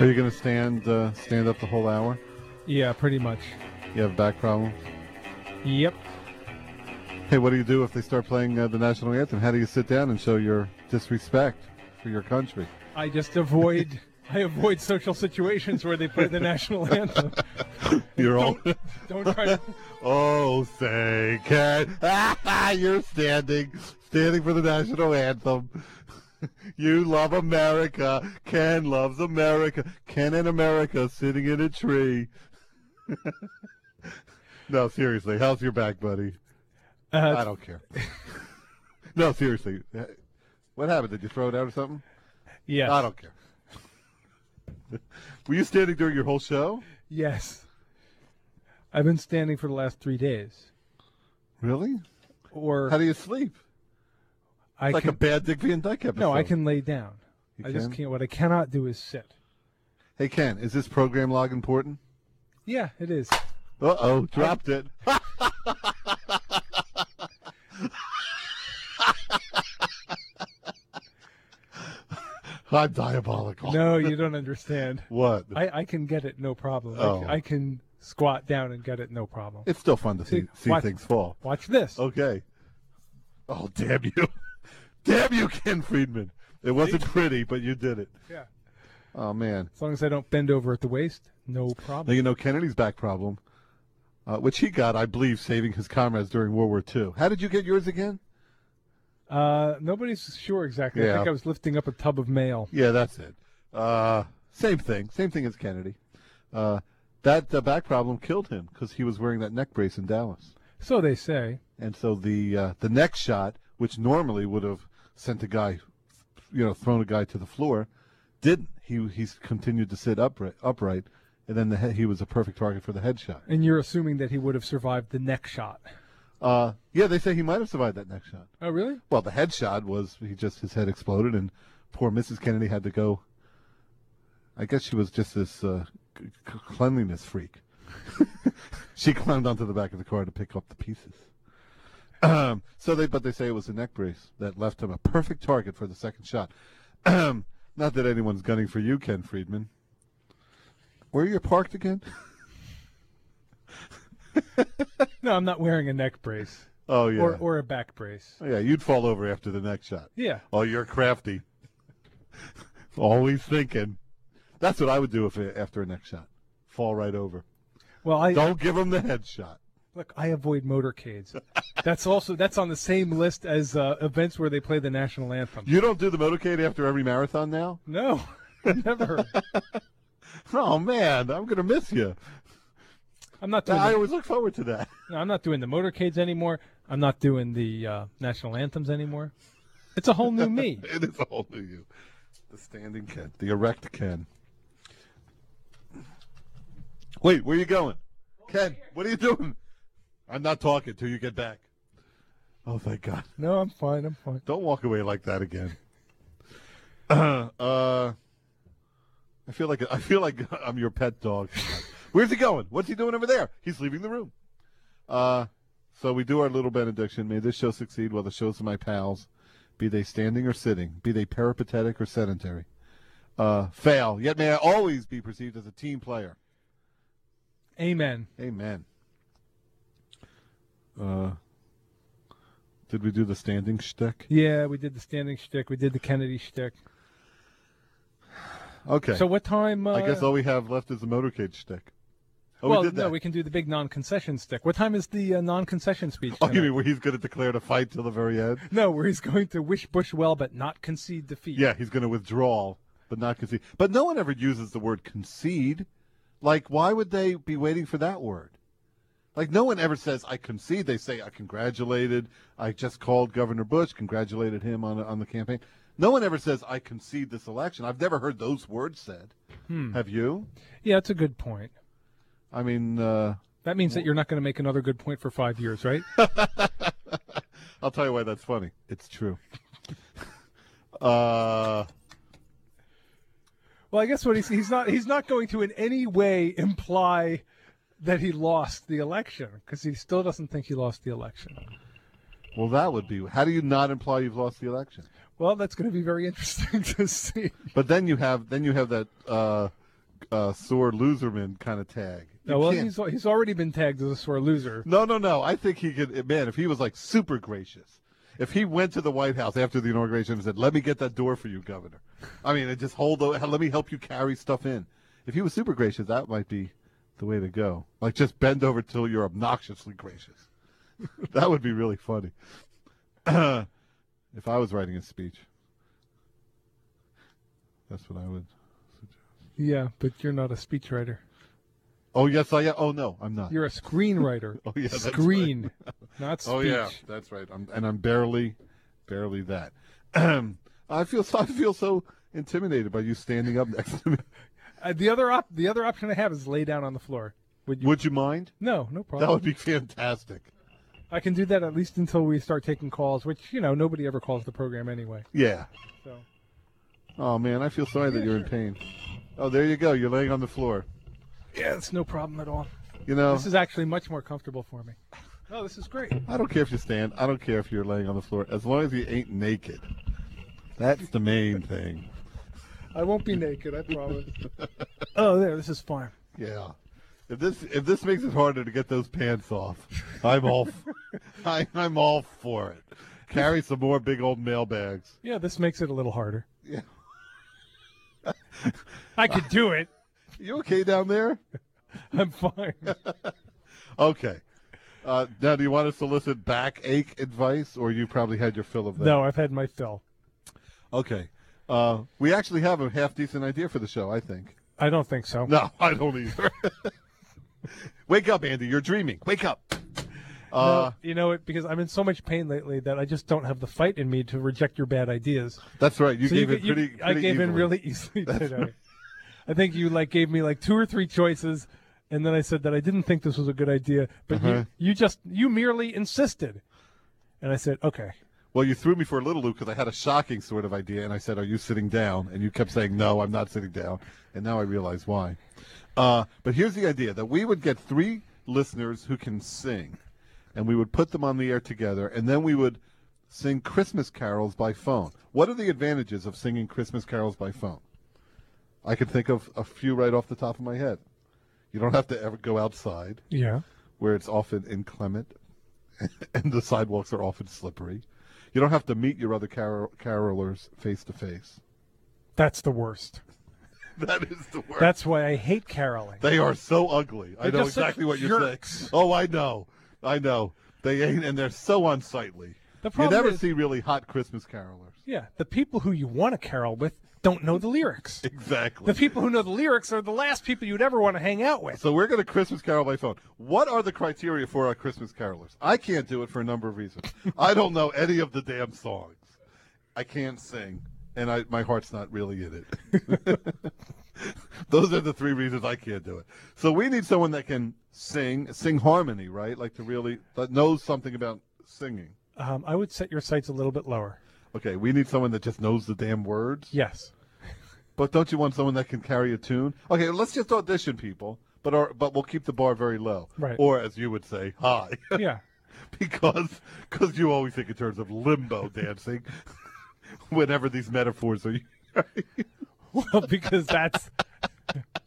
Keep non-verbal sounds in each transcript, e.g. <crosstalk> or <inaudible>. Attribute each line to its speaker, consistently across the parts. Speaker 1: Are you going to stand uh, stand up the whole hour?
Speaker 2: Yeah, pretty much.
Speaker 1: You have back problems.
Speaker 2: Yep.
Speaker 1: Hey, what do you do if they start playing uh, the national anthem? How do you sit down and show your disrespect for your country?
Speaker 2: I just avoid. <laughs> I avoid social situations where they play the national <laughs> anthem.
Speaker 1: You're all.
Speaker 2: Don't, don't try to.
Speaker 1: <laughs>
Speaker 2: <laughs>
Speaker 1: Oh, say can <laughs> you're standing, standing for the national anthem. <laughs> You love America. Ken loves America. Ken and America sitting in a tree. <laughs> no, seriously, how's your back, buddy? I
Speaker 2: Uh,
Speaker 1: don't care. <laughs> no, seriously, what happened? Did you throw it out or something?
Speaker 2: yes.
Speaker 1: I don't care. <laughs> Were you standing during your whole show?
Speaker 2: Yes. I've been standing for the last three days.
Speaker 1: Really?
Speaker 2: Or
Speaker 1: How do you sleep?
Speaker 2: I
Speaker 1: It's like
Speaker 2: can.
Speaker 1: a bad Dick Van Dyke episode.
Speaker 2: no, I can lay down.
Speaker 1: You
Speaker 2: I just
Speaker 1: can?
Speaker 2: can't. What I cannot do is sit.
Speaker 1: Hey, Ken, is this program log important?
Speaker 2: Yeah, it is.
Speaker 1: Uh oh, dropped it. <laughs> I'm diabolical.
Speaker 2: No, you don't understand.
Speaker 1: What?
Speaker 2: I, I can get it no problem. I c-
Speaker 1: Oh.
Speaker 2: I, can squat down and get it no problem.
Speaker 1: it's still fun to see, see
Speaker 2: Watch-
Speaker 1: things fall.
Speaker 2: Watch this.
Speaker 1: Okay. Oh, damn you. <laughs> damn you, Ken Friedman. It wasn't pretty, but you did it.
Speaker 2: Yeah.
Speaker 1: Oh, man.
Speaker 2: As long as I don't bend over at the waist, no
Speaker 1: Now,
Speaker 2: problem.
Speaker 1: you know, Kennedy's back problem, uh, which he got, I believe, saving his comrades during World War II. How did you get yours again?
Speaker 2: Uh, nobody's sure exactly. I
Speaker 1: Yeah.
Speaker 2: think I was lifting up a tub of mail.
Speaker 1: Yeah, that's it. Uh, same thing. Same thing as Kennedy. Uh, that uh, back problem killed him because he was wearing that neck brace in Dallas.
Speaker 2: So they say.
Speaker 1: And so the uh, the neck shot, which normally would have sent a guy, you know, thrown a guy to the floor, didn't. He he's continued to sit upright, upright, and then the he- he was a perfect target for the headshot.
Speaker 2: And you're assuming that he would have survived the neck shot.
Speaker 1: Uh, yeah, they say he might have survived that neck shot.
Speaker 2: Oh, really?
Speaker 1: Well, the headshot was he just his head exploded, and poor Mrs. Kennedy had to go. I guess she was just this uh, c- c- cleanliness freak. <laughs> she climbed onto the back of the car to pick up the pieces. Um, so they, but they say it was a neck brace that left him a perfect target for the second shot. Um, not that anyone's gunning for you, Ken Friedman. Where you're parked again?
Speaker 2: No, I'm not wearing a neck brace
Speaker 1: Oh yeah,
Speaker 2: or, or a back brace.
Speaker 1: Oh, yeah. You'd fall over after the neck shot.
Speaker 2: Yeah.
Speaker 1: Oh, you're crafty. Always thinking. That's what I would do if after a neck shot. Fall right over.
Speaker 2: Well, I
Speaker 1: Don't give him the headshot.
Speaker 2: look. I avoid motorcades. that's also that's on the same list as uh, events where they play the national anthem.
Speaker 1: You don't do the motorcade after every marathon now?
Speaker 2: No, <laughs> never.
Speaker 1: Oh man, I'm gonna miss you.
Speaker 2: I'm not doing.
Speaker 1: I
Speaker 2: The,
Speaker 1: always look forward to that. <laughs>
Speaker 2: no, I'm not doing the motorcades anymore. I'm not doing the uh, national anthems anymore. It's a whole
Speaker 1: <laughs>
Speaker 2: new me.
Speaker 1: It is all to you. The standing Ken, the erect Ken. Wait, where you going? Ken, what are you doing? I'm not talking till you get back. Oh thank God.
Speaker 2: No, I'm fine. I'm fine.
Speaker 1: Don't walk away like that again. <clears throat> Uh, uh, I feel like I feel like <laughs> I'm your pet dog. Where's he going? What's he doing over there? He's leaving the room. Uh, so we do our little benediction. May this show succeed while the shows of my pals, be they standing or sitting, be they peripatetic or sedentary, uh, fail. Yet may I always be perceived as a team player.
Speaker 2: Amen.
Speaker 1: Amen. Uh, did we do the standing shtick?
Speaker 2: Yeah, we did the standing shtick. We did the Kennedy shtick.
Speaker 1: Okay.
Speaker 2: So what time? Uh,
Speaker 1: I guess all we have left is the motorcade shtick. Oh,
Speaker 2: well,
Speaker 1: we did that.
Speaker 2: no, we can do the big non-concession stick. What time is the uh, non-concession speech?
Speaker 1: <laughs> oh, you
Speaker 2: tonight?
Speaker 1: mean where he's going to declare to fight till the very
Speaker 2: <laughs>
Speaker 1: end?
Speaker 2: No, where he's going to wish Bush well but not concede defeat.
Speaker 1: Yeah, he's going to withdraw, but not concede. But no one ever uses the word concede. Like, why would they be waiting for that word? Like, no one ever says, I concede. They say, I congratulated. I just called Governor Bush, congratulated him on, on the campaign. No one ever says, I concede this election. I've never heard those words said.
Speaker 2: Hmm.
Speaker 1: Have you?
Speaker 2: Yeah, that's a good point.
Speaker 1: I mean, uh,
Speaker 2: That means that you're not going to make another good point for five years, right? <laughs>
Speaker 1: I'll tell you why that's funny. It's true. <laughs> uh,
Speaker 2: well, I guess what he's he's not he's not going to in any way imply that he lost the election because he still doesn't think he lost the election.
Speaker 1: well, that would be. How do you not imply you've lost the election?
Speaker 2: Well, that's going <laughs> to be very interesting to see.
Speaker 1: But then you have then you have that uh, uh, sore loserman kind of tag. You
Speaker 2: No, well,
Speaker 1: can't-
Speaker 2: he's he's already been tagged as a sore loser.
Speaker 1: no, no, no. I think he could. Man, if he was like super gracious, if he went to the White House after the inauguration and said, "Let me get that door for you, Governor," I mean, and just hold. The, let me help you carry stuff in. If he was super gracious, that might be the way to go. Like, just bend over till you're obnoxiously gracious. <laughs> that would be really funny. <clears throat> if I was writing a speech, that's what I would.
Speaker 2: Yeah, but you're not a speechwriter.
Speaker 1: Oh yes, I. Oh no, I'm not.
Speaker 2: You're a screenwriter.
Speaker 1: <laughs> Oh, yeah, that's right. <laughs>
Speaker 2: screen, not speech.
Speaker 1: Oh yeah, that's right. I'm, and I'm barely, barely that. <clears throat> I feel so, I feel so intimidated by you standing up next to me. <laughs>
Speaker 2: Uh, the other op- the other option I have is lay down on the floor. Would you?
Speaker 1: Would you mind?
Speaker 2: no, no problem.
Speaker 1: That would be fantastic.
Speaker 2: I can do that at least until we start taking calls, which you know nobody ever calls the program anyway.
Speaker 1: Yeah.
Speaker 2: So
Speaker 1: Oh man, I feel sorry that you're in pain. Oh, there you go. You're laying on the floor.
Speaker 2: yeah, it's no problem at all.
Speaker 1: You know,
Speaker 2: This is actually much more comfortable
Speaker 1: <laughs>
Speaker 2: for me. No, this is great.
Speaker 1: I don't care if you stand. I don't care if you're laying on the floor. As long as you ain't naked. That's the main thing.
Speaker 2: I won't be naked, I
Speaker 1: <laughs>
Speaker 2: promise. oh, there, this is fine.
Speaker 1: Yeah. If this if this makes it harder to get those pants off, I'm all <laughs> I, I'm all for it. Carry some more big old mailbags.
Speaker 2: Yeah, this makes it a little harder.
Speaker 1: Yeah.
Speaker 2: I could
Speaker 1: <laughs>
Speaker 2: do it.
Speaker 1: You okay down there?
Speaker 2: I'm fine.
Speaker 1: Okay. Uh, now, do you want us to solicit backache advice, or you probably had your fill of that?
Speaker 2: No, I've had my fill.
Speaker 1: Okay. Uh, we actually have a half decent idea for the show, I think.
Speaker 2: I don't think so.
Speaker 1: No, <laughs> I don't either. Wake up, Andy. You're dreaming. Wake up.
Speaker 2: No,
Speaker 1: Uh,
Speaker 2: you know it because I'm in so much pain lately that I just don't have the fight in me to reject your bad ideas.
Speaker 1: That's right. You
Speaker 2: So
Speaker 1: gave
Speaker 2: you-
Speaker 1: it
Speaker 2: you-
Speaker 1: pretty,
Speaker 2: I
Speaker 1: pretty
Speaker 2: gave in
Speaker 1: evenly.
Speaker 2: really <laughs> easily today. I think you like gave me like two or three choices, and then I said that I didn't think this was a good idea, but
Speaker 1: Uh-huh.
Speaker 2: you, you just you merely insisted, and I said okay.
Speaker 1: Well, you threw me for a little loop because I had a shocking sort of idea, and I said, "Are you sitting down?" And you kept saying, "No, I'm not sitting down." And now I realize why. Uh, but here's the idea: that we would get three listeners who can sing, and we would put them on the air together, and then we would sing Christmas carols by phone. What are the advantages of singing Christmas carols by phone? I could think of a few right off the top of my head. You don't have to ever go outside
Speaker 2: Yeah.
Speaker 1: where it's often inclement <laughs> and the sidewalks are often slippery. You don't have to meet your other carol- carolers face to face.
Speaker 2: That's the worst.
Speaker 1: <laughs> That is the worst.
Speaker 2: That's why I hate caroling.
Speaker 1: they are so ugly. I
Speaker 2: They're
Speaker 1: know
Speaker 2: just such
Speaker 1: exactly what you're saying.
Speaker 2: jerks.
Speaker 1: Oh, I know. I know. They ain't, and they're so unsightly.
Speaker 2: The
Speaker 1: You
Speaker 2: problem
Speaker 1: never
Speaker 2: is-
Speaker 1: see really hot Christmas carolers. <laughs>
Speaker 2: Yeah, the people who you want to carol with don't know the lyrics.
Speaker 1: Exactly.
Speaker 2: The people who know the lyrics are the last people you'd ever want to hang out with.
Speaker 1: so we're going to Christmas carol by phone. What are the criteria for our Christmas carolers? I can't do it for a number of reasons. I don't know any of the damn songs. I can't sing, and I, my heart's not really in it. <laughs> Those are the three reasons I can't do it. So we need someone that can sing, sing harmony, right? Like to really that knows something about singing.
Speaker 2: Um, I would set your sights a little bit lower.
Speaker 1: Okay, we need someone that just knows the damn words.
Speaker 2: Yes.
Speaker 1: But don't you want someone that can carry a tune? Okay, let's just audition people, but our, but we'll keep the bar very low,
Speaker 2: Right.
Speaker 1: Or as you would say, high, <laughs>
Speaker 2: Yeah.
Speaker 1: because because you always think in terms of
Speaker 2: <laughs>
Speaker 1: limbo dancing. <laughs> Whenever these metaphors are, <laughs>
Speaker 2: Well, because that's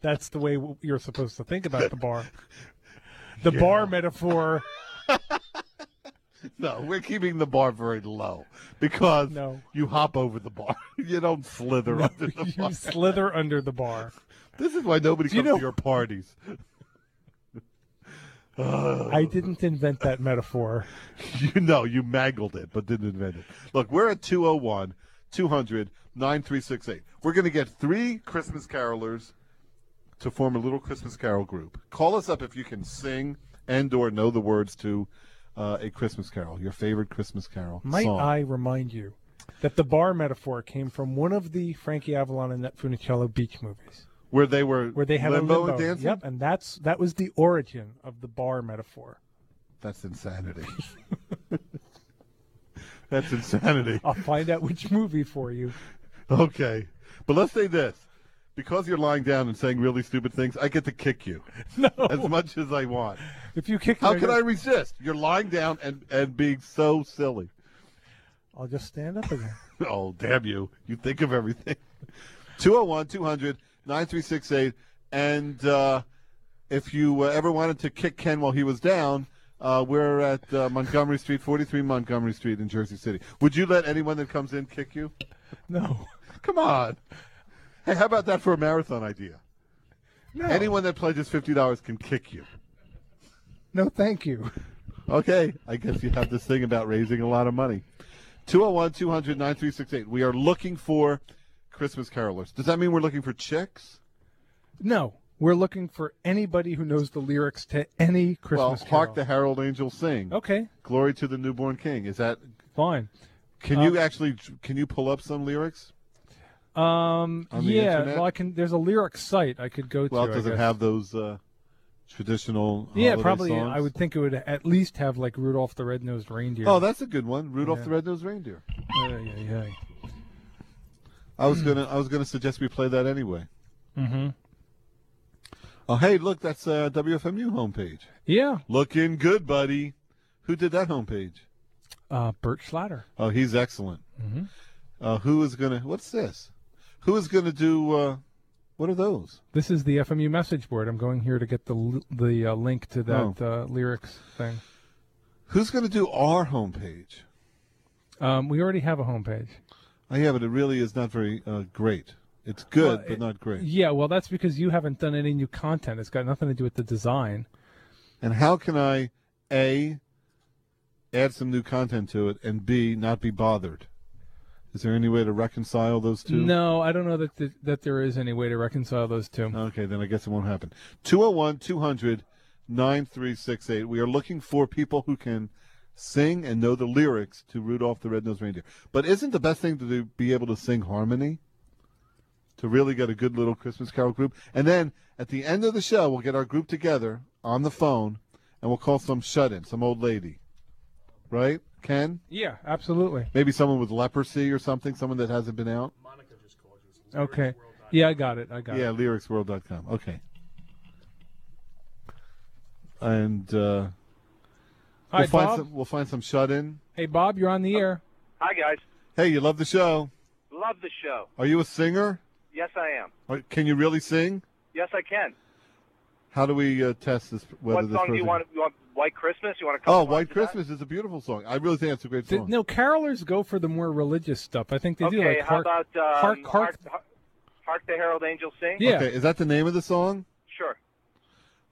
Speaker 2: that's the way you're supposed to think about the bar. The
Speaker 1: Yeah.
Speaker 2: bar metaphor.
Speaker 1: no, we're keeping the bar very low because
Speaker 2: No.
Speaker 1: you hop over the bar. <laughs> You don't slither under the bar.
Speaker 2: you slither under the bar.
Speaker 1: This is why nobody comes
Speaker 2: Do you
Speaker 1: to
Speaker 2: know-
Speaker 1: your
Speaker 2: <laughs>
Speaker 1: parties. <laughs>
Speaker 2: I didn't invent that metaphor.
Speaker 1: <laughs> you know, you mangled it, but didn't invent it. Look, we're at 201 200 9368. We're going to get three Christmas carolers to form a little Christmas carol group. Call us up if you can sing and or know the words to uh, a Christmas carol, your favorite Christmas carol
Speaker 2: Might
Speaker 1: song.
Speaker 2: I remind you that the bar metaphor came from one of the Frankie Avalon and Net Funicello beach movies,
Speaker 1: where they were
Speaker 2: where they had
Speaker 1: limbo,
Speaker 2: a limbo.
Speaker 1: and dancing?
Speaker 2: Yep, and that's that was the origin of the bar metaphor.
Speaker 1: That's insanity. <laughs> That's
Speaker 2: <laughs>
Speaker 1: insanity.
Speaker 2: I'll find out which movie for you.
Speaker 1: Okay. But let's say this. Because you're lying down and saying really stupid things, I get to kick you
Speaker 2: No,
Speaker 1: as much as I want.
Speaker 2: if you kick,
Speaker 1: How
Speaker 2: me,
Speaker 1: can I resist? You're lying down and, and being so silly. <laughs>
Speaker 2: I'll just stand up again.
Speaker 1: <laughs> Oh, damn you. You think of everything. 201 200 9368. And uh, if you uh, ever wanted to kick Ken while he was down, uh, we're at uh, Montgomery Street, 43 Montgomery Street in Jersey City. Would you let anyone that comes in kick you?
Speaker 2: No.
Speaker 1: Come on. Hey, how about that for a marathon idea?
Speaker 2: No.
Speaker 1: Anyone that pledges $50 can kick you.
Speaker 2: No, thank you.
Speaker 1: Okay, I guess you have this thing about raising a lot of money. 201 200 9368. We are looking for Christmas carolers. Does that mean we're looking for chicks?
Speaker 2: No. We're looking for anybody who knows the lyrics to any
Speaker 1: well,
Speaker 2: Christmas
Speaker 1: hark the
Speaker 2: carol.
Speaker 1: herald angels sing.
Speaker 2: Okay,
Speaker 1: Glory to the newborn king. Is that
Speaker 2: fine.
Speaker 1: Can
Speaker 2: Um,
Speaker 1: you actually can you pull up some lyrics?
Speaker 2: Um,
Speaker 1: On the
Speaker 2: yeah,
Speaker 1: internet?
Speaker 2: well, I can. There's a lyric site I could go
Speaker 1: Well,
Speaker 2: to. I
Speaker 1: does it
Speaker 2: guess.
Speaker 1: have those uh, traditional?
Speaker 2: Yeah,
Speaker 1: holiday
Speaker 2: probably.
Speaker 1: songs?
Speaker 2: I would think it would at least have like Rudolph the Red-Nosed Reindeer.
Speaker 1: Oh, that's a good one. Rudolph
Speaker 2: Yeah.
Speaker 1: the Red-Nosed Reindeer.
Speaker 2: Ay, ay,
Speaker 1: I was gonna I was gonna suggest we play that anyway.
Speaker 2: ay. Mhm.
Speaker 1: Oh, hey, look, that's uh, WFMU homepage.
Speaker 2: Yeah,
Speaker 1: Looking good, buddy. Who did that homepage?
Speaker 2: uh, Bert Schlatter.
Speaker 1: Oh, he's excellent.
Speaker 2: Mhm.
Speaker 1: Uh, who is gonna? What's this? Who is gonna do? Uh, what are those?
Speaker 2: This is the FMU message board. I'm going here to get the l- the uh, link to that
Speaker 1: Oh.
Speaker 2: uh, lyrics thing.
Speaker 1: Who's gonna do our homepage?
Speaker 2: Um, we already have a homepage.
Speaker 1: Oh, yeah, but it really is not very uh, great. It's good,
Speaker 2: Well,
Speaker 1: but
Speaker 2: it-
Speaker 1: not great.
Speaker 2: Yeah, well, that's because you haven't done any new content. It's got nothing to do with the design.
Speaker 1: And how can I A add some new content to it and B not be bothered? Is there any way to reconcile those two?
Speaker 2: No, I don't know that th- that there is any way to reconcile those two.
Speaker 1: Okay, then I guess it won't happen. 201 200 9368. We are looking for people who can sing and know the lyrics to Rudolph the Red-Nosed Reindeer. But isn't the best thing to do be able to sing harmony? To really get a good little Christmas carol group. And then at the end of the show, we'll get our group together on the phone and we'll call some shut in, some old lady. Right? Ken?
Speaker 2: Yeah, absolutely.
Speaker 1: Maybe someone with leprosy or something, someone that hasn't been out?
Speaker 2: Okay. Yeah, I got it. I got
Speaker 1: yeah,
Speaker 2: it.
Speaker 1: lyricsworld.com. Okay. And uh,
Speaker 2: All
Speaker 1: we'll
Speaker 2: right,
Speaker 1: find
Speaker 2: Bob.
Speaker 1: some. Oh, We'll find some shut in.
Speaker 2: Hey, Bob, you're on the air.
Speaker 3: Hi, guys.
Speaker 1: Hey, you love the show.
Speaker 3: Love the show.
Speaker 1: Are you a singer?
Speaker 3: Yes, I am.
Speaker 1: Or Can you really sing?
Speaker 3: Yes, I can.
Speaker 1: How do we uh, test this? Whether
Speaker 3: What
Speaker 1: this
Speaker 3: song do you
Speaker 1: person-
Speaker 3: want? You want White Christmas? You want to?
Speaker 1: Oh, White Christmas is a beautiful song. I really think it's a great
Speaker 2: Th-
Speaker 1: song.
Speaker 2: no, carolers go for the more religious stuff. I think they
Speaker 3: okay,
Speaker 2: do like
Speaker 3: how
Speaker 2: hark.
Speaker 3: about um,
Speaker 2: Hark, Hark-
Speaker 3: Hark, Hark the Herald Angels Sing?
Speaker 2: Yeah.
Speaker 1: Okay, is that the name of the song?
Speaker 3: Sure.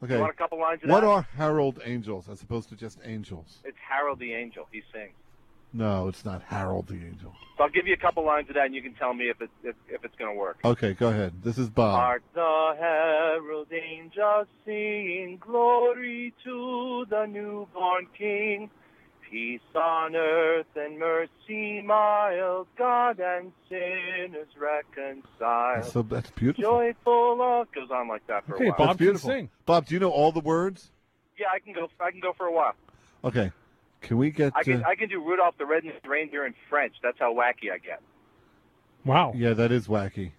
Speaker 1: Okay.
Speaker 3: You want a couple lines of
Speaker 1: What
Speaker 3: that?
Speaker 1: are Harold Angels as opposed to just angels?
Speaker 3: It's Harold the Angel. He sings.
Speaker 1: No, it's not Harold the Angel.
Speaker 3: So I'll give you a couple lines of that, and you can tell me if it if, if it's going to work.
Speaker 1: Okay, go ahead. This is Bob.
Speaker 3: Hark the herald angels sing, glory to the newborn King. Peace on earth and mercy mild, God and sinners reconciled.
Speaker 1: So that's beautiful.
Speaker 3: Joyful love goes on like that for
Speaker 2: Okay,
Speaker 3: a while.
Speaker 2: Bob
Speaker 1: That's
Speaker 2: can
Speaker 1: beautiful.
Speaker 2: sing.
Speaker 1: Bob, do you know all the words?
Speaker 3: Yeah, I can go. I can go for a while.
Speaker 1: Okay. Can we get?
Speaker 3: I can.
Speaker 1: uh,
Speaker 3: I can do Rudolph the Red-Nosed Reindeer in French. That's how wacky I get.
Speaker 2: Wow.
Speaker 1: yeah, that is wacky.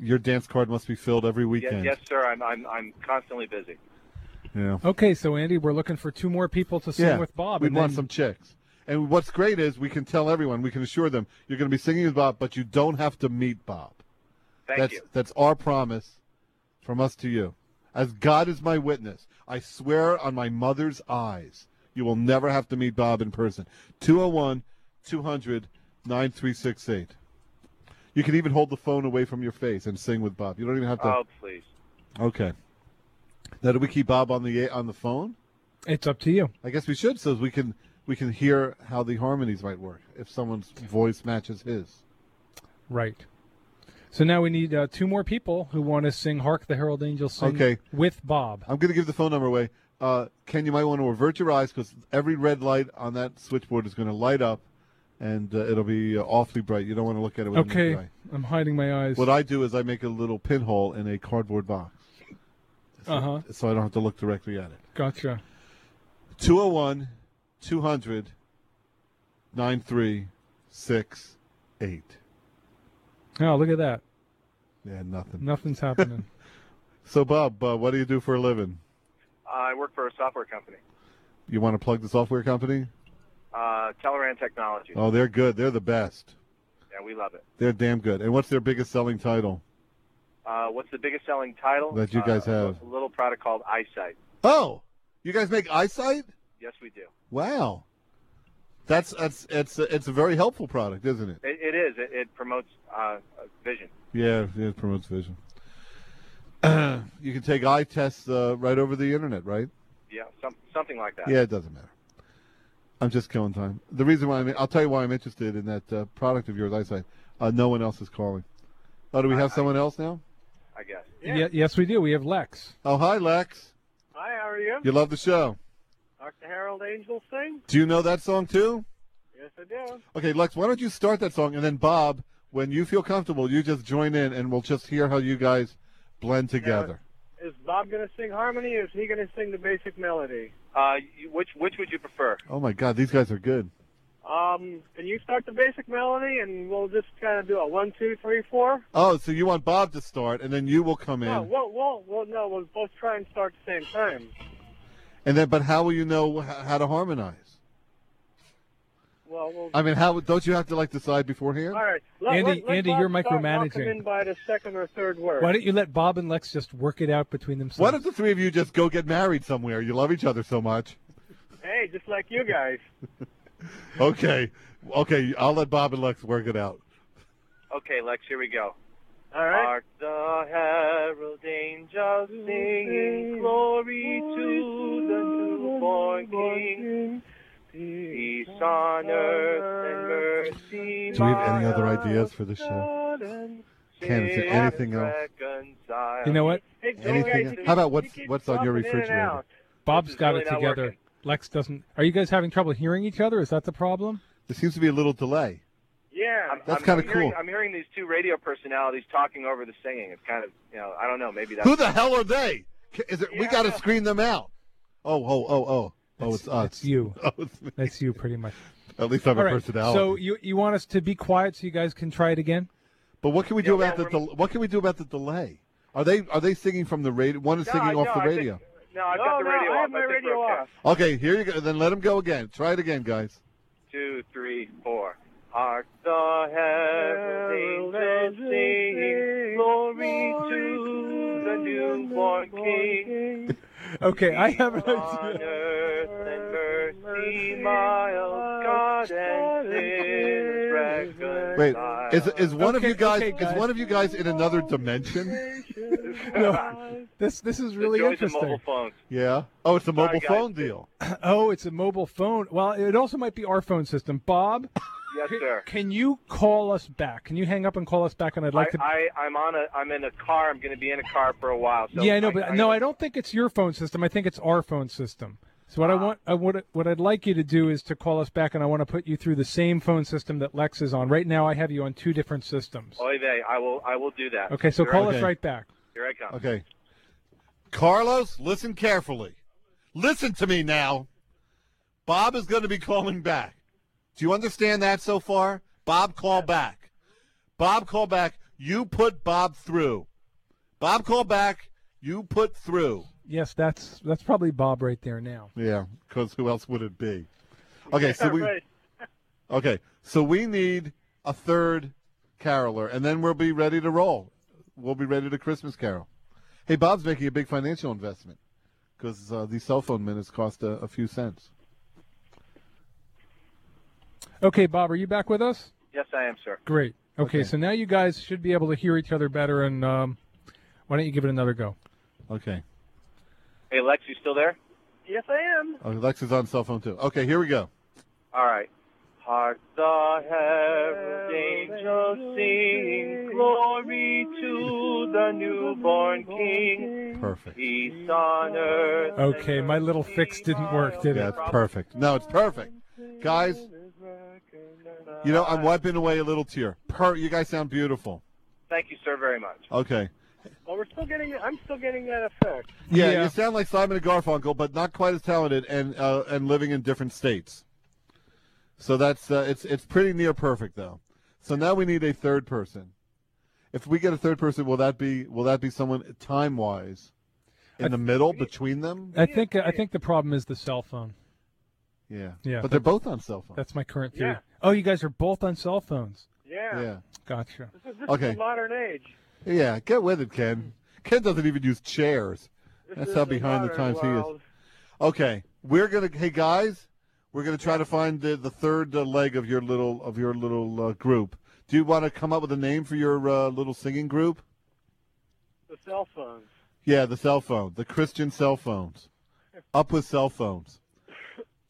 Speaker 1: Your dance card must be filled every
Speaker 3: Yes,
Speaker 1: weekend.
Speaker 3: yes, sir. I'm. I'm. I'm constantly busy.
Speaker 1: Yeah.
Speaker 2: Okay, so Andy, we're looking for two more people to sing
Speaker 1: yeah.
Speaker 2: with Bob.
Speaker 1: We'd
Speaker 2: and
Speaker 1: want
Speaker 2: then-
Speaker 1: some chicks. And what's great is we can tell everyone, we can assure them, you're going to be singing with Bob, but you don't have to meet Bob.
Speaker 3: Thank
Speaker 1: that's
Speaker 3: you.
Speaker 1: that's our promise from us to you. As God is my witness, I swear on my mother's eyes, you will never have to meet Bob in person. 201 200 9368. You can even hold the phone away from your face and sing with Bob. You don't even have to.
Speaker 3: Oh, please.
Speaker 1: Okay. Now, do we keep Bob on the on the phone?
Speaker 2: It's up to you.
Speaker 1: I guess we should, so we can we can hear how the harmonies might work if someone's voice matches his.
Speaker 2: Right. So now we need uh, two more people who want to sing "Hark the Herald Angels Sing"
Speaker 1: Okay.
Speaker 2: with Bob.
Speaker 1: I'm going to give the phone number away. Uh, Ken, you might want to avert your eyes because every red light on that switchboard is going to light up, and uh, it'll be uh, awfully bright. You don't want to look at it. With a naked
Speaker 2: Okay,
Speaker 1: eye.
Speaker 2: I'm hiding my eyes.
Speaker 1: What I do is I make a little pinhole in a cardboard box,
Speaker 2: Uh huh.
Speaker 1: so I don't have to look directly at it.
Speaker 2: Gotcha.
Speaker 1: 201 200 9368.
Speaker 2: Oh, look at that.
Speaker 1: Yeah, nothing.
Speaker 2: Nothing's happening.
Speaker 1: So, Bob, uh, what do you do for a living?
Speaker 3: I work for a software company,
Speaker 1: You want to plug the software company?
Speaker 3: uh, Teleran Technology.
Speaker 1: Oh, they're good. They're the best.
Speaker 3: Yeah, we love it.
Speaker 1: They're damn good. And what's their biggest selling title?
Speaker 3: Uh, what's the biggest selling title
Speaker 1: That you guys
Speaker 3: Uh,
Speaker 1: have.
Speaker 3: A little product called Eyesight.
Speaker 1: Oh, you guys make eyesight?
Speaker 3: Yes, we do.
Speaker 1: Wow, that's that's it's a- it's a very helpful product, isn't it?
Speaker 3: It, it is. It, it promotes uh, vision.
Speaker 1: Yeah, yeah, it promotes vision. <clears throat> you can take eye tests uh, right over the internet, right?
Speaker 3: Yeah, some, something like that.
Speaker 1: Yeah, it doesn't matter. I'm just killing time. The reason why I'm, I'll tell you why I'm interested in that uh, product of yours, eyesight. Uh, no one else is calling. Oh, do we have someone else now?
Speaker 3: I guess.
Speaker 2: Ye- yes, we do. We have Lex.
Speaker 1: Oh, hi, Lex.
Speaker 4: Hi, how are you?
Speaker 1: You love the show.
Speaker 4: Dr. Harold Angel sing?
Speaker 1: Do you know that song too?
Speaker 4: Yes, I do.
Speaker 1: Okay, Lex, why don't you start that song and then Bob, when you feel comfortable, you just join in and we'll just hear how you guys blend together.
Speaker 4: Is Bob going to sing harmony or is he going to sing the basic melody?
Speaker 3: Uh, you, which which would you prefer?
Speaker 1: Oh my God, these guys are good.
Speaker 4: Um, can you start the basic melody and we'll just kind of do a one, two, three, four?
Speaker 1: Oh, so you want Bob to start and then you will come in
Speaker 4: No, we'll, we'll, we'll, no, we'll both try and start at the same time.
Speaker 1: and then, but how will you know h- how to harmonize?
Speaker 4: Well, we'll.
Speaker 1: I mean, how don't you have to like decide beforehand?
Speaker 4: all right. Let,
Speaker 2: Andy-
Speaker 4: let, let
Speaker 2: Andy,
Speaker 4: Bob
Speaker 2: you're
Speaker 4: start walking
Speaker 2: micromanaging.
Speaker 4: in by the second or third word.
Speaker 2: Why don't you let Bob and Lex just work it out between themselves?
Speaker 1: What if the three of you just go get married somewhere? You love each other so much.
Speaker 4: Hey, just like you guys.
Speaker 1: Okay, okay, I'll let Bob and Lex work it out.
Speaker 3: Okay, Lex, here we go.
Speaker 4: All right.
Speaker 3: Art the herald angels singing glory to the newborn King? Peace on earth and mercy.
Speaker 1: Do we have any other ideas for this show? Ken, is there anything else?
Speaker 2: you know what?
Speaker 4: Hey, Joe,
Speaker 1: Anything-
Speaker 4: guys, he
Speaker 1: how about
Speaker 4: keeps-
Speaker 1: what's-
Speaker 4: he keeps
Speaker 1: what's on your
Speaker 4: dropping in and
Speaker 1: refrigerator?
Speaker 4: out.
Speaker 2: Bob's
Speaker 3: This is
Speaker 2: got
Speaker 3: really
Speaker 2: it
Speaker 3: not
Speaker 2: together.
Speaker 3: working.
Speaker 2: Lex doesn't. Are you guys having trouble hearing each other? Is that the problem?
Speaker 1: There seems to be a little delay.
Speaker 4: Yeah.
Speaker 3: I'm-
Speaker 1: That's
Speaker 3: I'm
Speaker 1: kinda
Speaker 3: hearing-
Speaker 1: cool.
Speaker 3: I'm hearing these two radio personalities talking over the singing. It's kind of, you know, I don't know. Maybe that's
Speaker 1: Who the hell are they? Ca- Is it, We
Speaker 4: Yeah.
Speaker 1: got to screen them out. Oh, oh, oh, oh. Oh, it's us.
Speaker 2: That's you.
Speaker 1: <laughs> Oh, it's me.
Speaker 2: That's you, pretty much.
Speaker 1: At least I'm
Speaker 2: All
Speaker 1: a
Speaker 2: right.
Speaker 1: personality.
Speaker 2: So you you want us to be quiet so you guys can try it again?
Speaker 1: but what can we do
Speaker 3: Yeah,
Speaker 1: about
Speaker 3: yeah,
Speaker 1: the del- what can we do about the delay? Are they are they singing from the radio? One is
Speaker 3: No,
Speaker 1: singing
Speaker 3: I-
Speaker 1: off
Speaker 3: no,
Speaker 1: the
Speaker 3: I think-
Speaker 1: radio.
Speaker 3: No, I've
Speaker 4: no,
Speaker 3: got the
Speaker 4: no,
Speaker 3: radio
Speaker 4: I
Speaker 3: off.
Speaker 4: have my
Speaker 3: think
Speaker 4: radio
Speaker 3: we're okay.
Speaker 4: off.
Speaker 1: Okay, here you go. Then let them go again. Try it again, guys.
Speaker 3: Two, three, four. Hark the herald angels singing, glory to the newborn King. <laughs>
Speaker 2: Okay, I have an
Speaker 3: On
Speaker 2: idea.
Speaker 3: earth and mercy miles, God and sinners reconciled.
Speaker 1: Wait, is is one of
Speaker 2: Okay,
Speaker 1: you guys,
Speaker 2: okay, guys.
Speaker 1: is one of you guys in another dimension?
Speaker 2: No, this this is
Speaker 3: The
Speaker 2: really
Speaker 3: joys of mobile
Speaker 2: interesting.
Speaker 3: phones.
Speaker 1: Yeah. Oh, it's a mobile
Speaker 3: guys.
Speaker 1: phone deal.
Speaker 2: Oh, it's a mobile phone. Well, it also might be our phone system. Bob,
Speaker 3: Yes,
Speaker 2: can,
Speaker 3: sir.
Speaker 2: can you call us back? Can you hang up and call us back? And I'd like to.
Speaker 3: I, I, I'm on a, I'm in a car. I'm going to be in a car for a while. So
Speaker 2: yeah, I know, but no, I
Speaker 3: gotta-
Speaker 2: don't think it's your phone system. I think it's our phone system. So what I want, I, what what I'd like you to do is to call us back, and I want to put you through the same phone system that Lex is on. Right now, I have you on two different systems.
Speaker 3: Oy vey, I will, I will do that.
Speaker 2: Okay, so
Speaker 3: Here I-
Speaker 2: call
Speaker 1: Okay.
Speaker 2: us right back.
Speaker 3: Here I come.
Speaker 1: Okay. Carlos, listen carefully. Listen to me now. Bob is going to be calling back. Do you understand that so far? Bob, call back. Bob, call back. You put Bob through. Bob, call back. You put through.
Speaker 2: Yes, that's that's probably Bob right there now.
Speaker 1: Yeah, because who else would it be? <laughs> Okay, so
Speaker 4: All
Speaker 1: we
Speaker 4: right.
Speaker 1: okay, so we need a third caroler, and then we'll be ready to roll. We'll be ready to Christmas Carol. Hey, Bob's making a big financial investment because uh, these cell phone minutes cost a, a few cents.
Speaker 2: Okay, Bob, are you back with us?
Speaker 3: Yes, I am, sir.
Speaker 2: Great. Okay,
Speaker 1: Okay.
Speaker 2: so now you guys should be able to hear each other better, and um, why don't you give it another go?
Speaker 1: Okay,
Speaker 3: Hey, Lex, you still there?
Speaker 4: Yes, I am.
Speaker 1: oh, Lex is on cell phone too. Okay, here we go.
Speaker 3: All right. Hark the herald angels sing, glory to the newborn King.
Speaker 1: Perfect.
Speaker 3: Peace on earth. and
Speaker 2: Okay, my little fix didn't work, did
Speaker 1: Yeah,
Speaker 2: it?
Speaker 1: it's perfect. No, it's perfect, guys. You know, I'm wiping away a little tear. Per, you guys sound beautiful.
Speaker 3: Thank you, sir, very much.
Speaker 1: Okay.
Speaker 4: Well, we're still getting. I'm still getting that effect.
Speaker 1: Yeah,
Speaker 2: Yeah.
Speaker 1: you sound like Simon and Garfunkel, but not quite as talented, and uh, and living in different states. So that's uh, it's it's pretty near perfect though. So now we need a third person. If we get a third person, will that be will that be someone time wise, in
Speaker 2: I-
Speaker 1: the middle between them?
Speaker 2: I think uh, I think the problem is the cell phone.
Speaker 1: Yeah,
Speaker 2: Yeah,
Speaker 1: But they're both on cell phones.
Speaker 2: That's my current theory.
Speaker 4: Yeah.
Speaker 2: Oh, you guys are both on cell phones.
Speaker 4: Yeah.
Speaker 1: Yeah.
Speaker 2: Gotcha.
Speaker 4: This is, this
Speaker 1: Okay.
Speaker 4: is the modern age.
Speaker 1: Yeah, get with it, Ken. Ken doesn't even use chairs.
Speaker 4: This
Speaker 1: That's
Speaker 4: is
Speaker 1: how behind the
Speaker 4: modern
Speaker 1: times he is.
Speaker 4: world.
Speaker 1: Okay, we're gonna. Hey guys, we're gonna try to find the, the third uh, leg of your little of your little uh, group. Do you want to come up with a name for your uh, little singing group?
Speaker 4: The cell phones.
Speaker 1: Yeah, the cell phone, the Christian cell phones. Up with cell phones.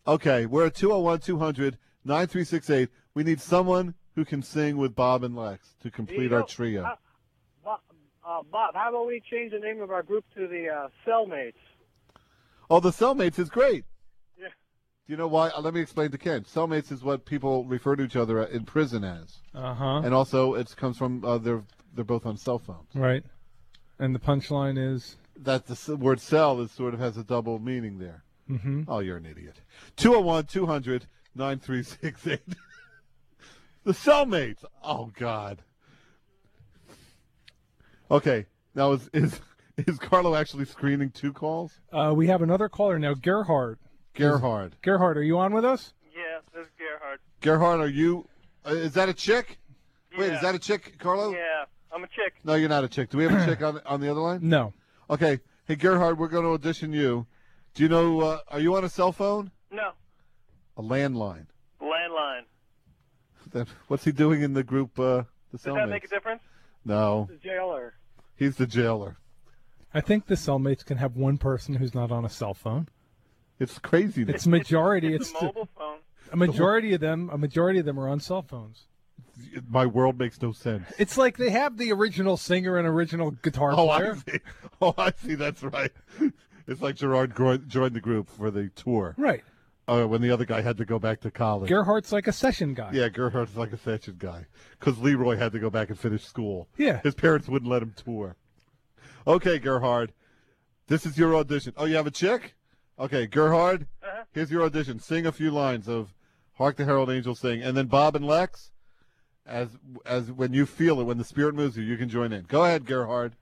Speaker 1: Okay, we're at 201 200 9368. We need someone who can sing with Bob and Lex to complete
Speaker 4: You know,
Speaker 1: our trio.
Speaker 4: I- Bob, uh, Bob, how about we change the name of our group to the uh, Cellmates?
Speaker 1: oh, the Cellmates is great.
Speaker 4: Yeah.
Speaker 1: Do you know why? uh, Let me explain to Ken. Cellmates is what people refer to each other in prison as.
Speaker 2: Uh huh.
Speaker 1: And also, it comes from uh, they're, they're both on cell phones.
Speaker 2: Right. And the punchline is.
Speaker 1: That the s- word cell is sort of has a double meaning there.
Speaker 2: Mm-hmm.
Speaker 1: Oh, you're an idiot. 201 200 9368. <laughs> The cellmates. Oh, God. Okay. Now, is, is is Carlo actually screening two calls?
Speaker 2: Uh, we have another caller now, Gerhard.
Speaker 1: Gerhard.
Speaker 2: Gerhard, are you on with us?
Speaker 5: Yeah, this is Gerhard.
Speaker 1: Gerhard, are you. Uh, is that a chick? Wait,
Speaker 5: Yeah.
Speaker 1: is that a chick, Carlo?
Speaker 5: Yeah, I'm a chick.
Speaker 1: No, you're not a chick. Do we have a chick on, on the other line?
Speaker 2: No.
Speaker 1: Okay. Hey, Gerhard, we're going to audition you. Do you know. Uh, are you on a cell phone?
Speaker 5: No,
Speaker 1: A landline. <laughs>
Speaker 5: landline.
Speaker 1: That- What's he doing in the group, uh, the
Speaker 5: Does
Speaker 1: cellmates?
Speaker 5: that make a difference?
Speaker 1: No.
Speaker 4: The jailer.
Speaker 1: He's the jailer.
Speaker 2: I think the cellmates can have one person who's not on a cell phone.
Speaker 1: It's craziness.
Speaker 2: It's majority.
Speaker 5: It's,
Speaker 2: It's,
Speaker 5: a mobile phone.
Speaker 2: a majority of them. A majority of them are on cell phones.
Speaker 1: My world makes no sense.
Speaker 2: It's like they have the original singer and original guitar
Speaker 1: Oh, I
Speaker 2: player.
Speaker 1: see. <laughs> Oh, I see. That's right. It's like Gerard gro- joined the group for the tour
Speaker 2: Right.
Speaker 1: uh, when the other guy had to go back to college.
Speaker 2: Gerhardt's like a session guy.
Speaker 1: yeah, Gerhard's like a session guy because Leroy had to go back and finish school.
Speaker 2: Yeah.
Speaker 1: His parents wouldn't let him tour. Okay, Gerhard, this is your audition. Oh, you have a chick? Okay, Gerhard,
Speaker 5: Uh-huh.
Speaker 1: here's your audition. Sing a few lines of "Hark the Herald Angels Sing," and then Bob and Lex, as as when you feel it, when the spirit moves you, you can join in. Go ahead, Gerhard.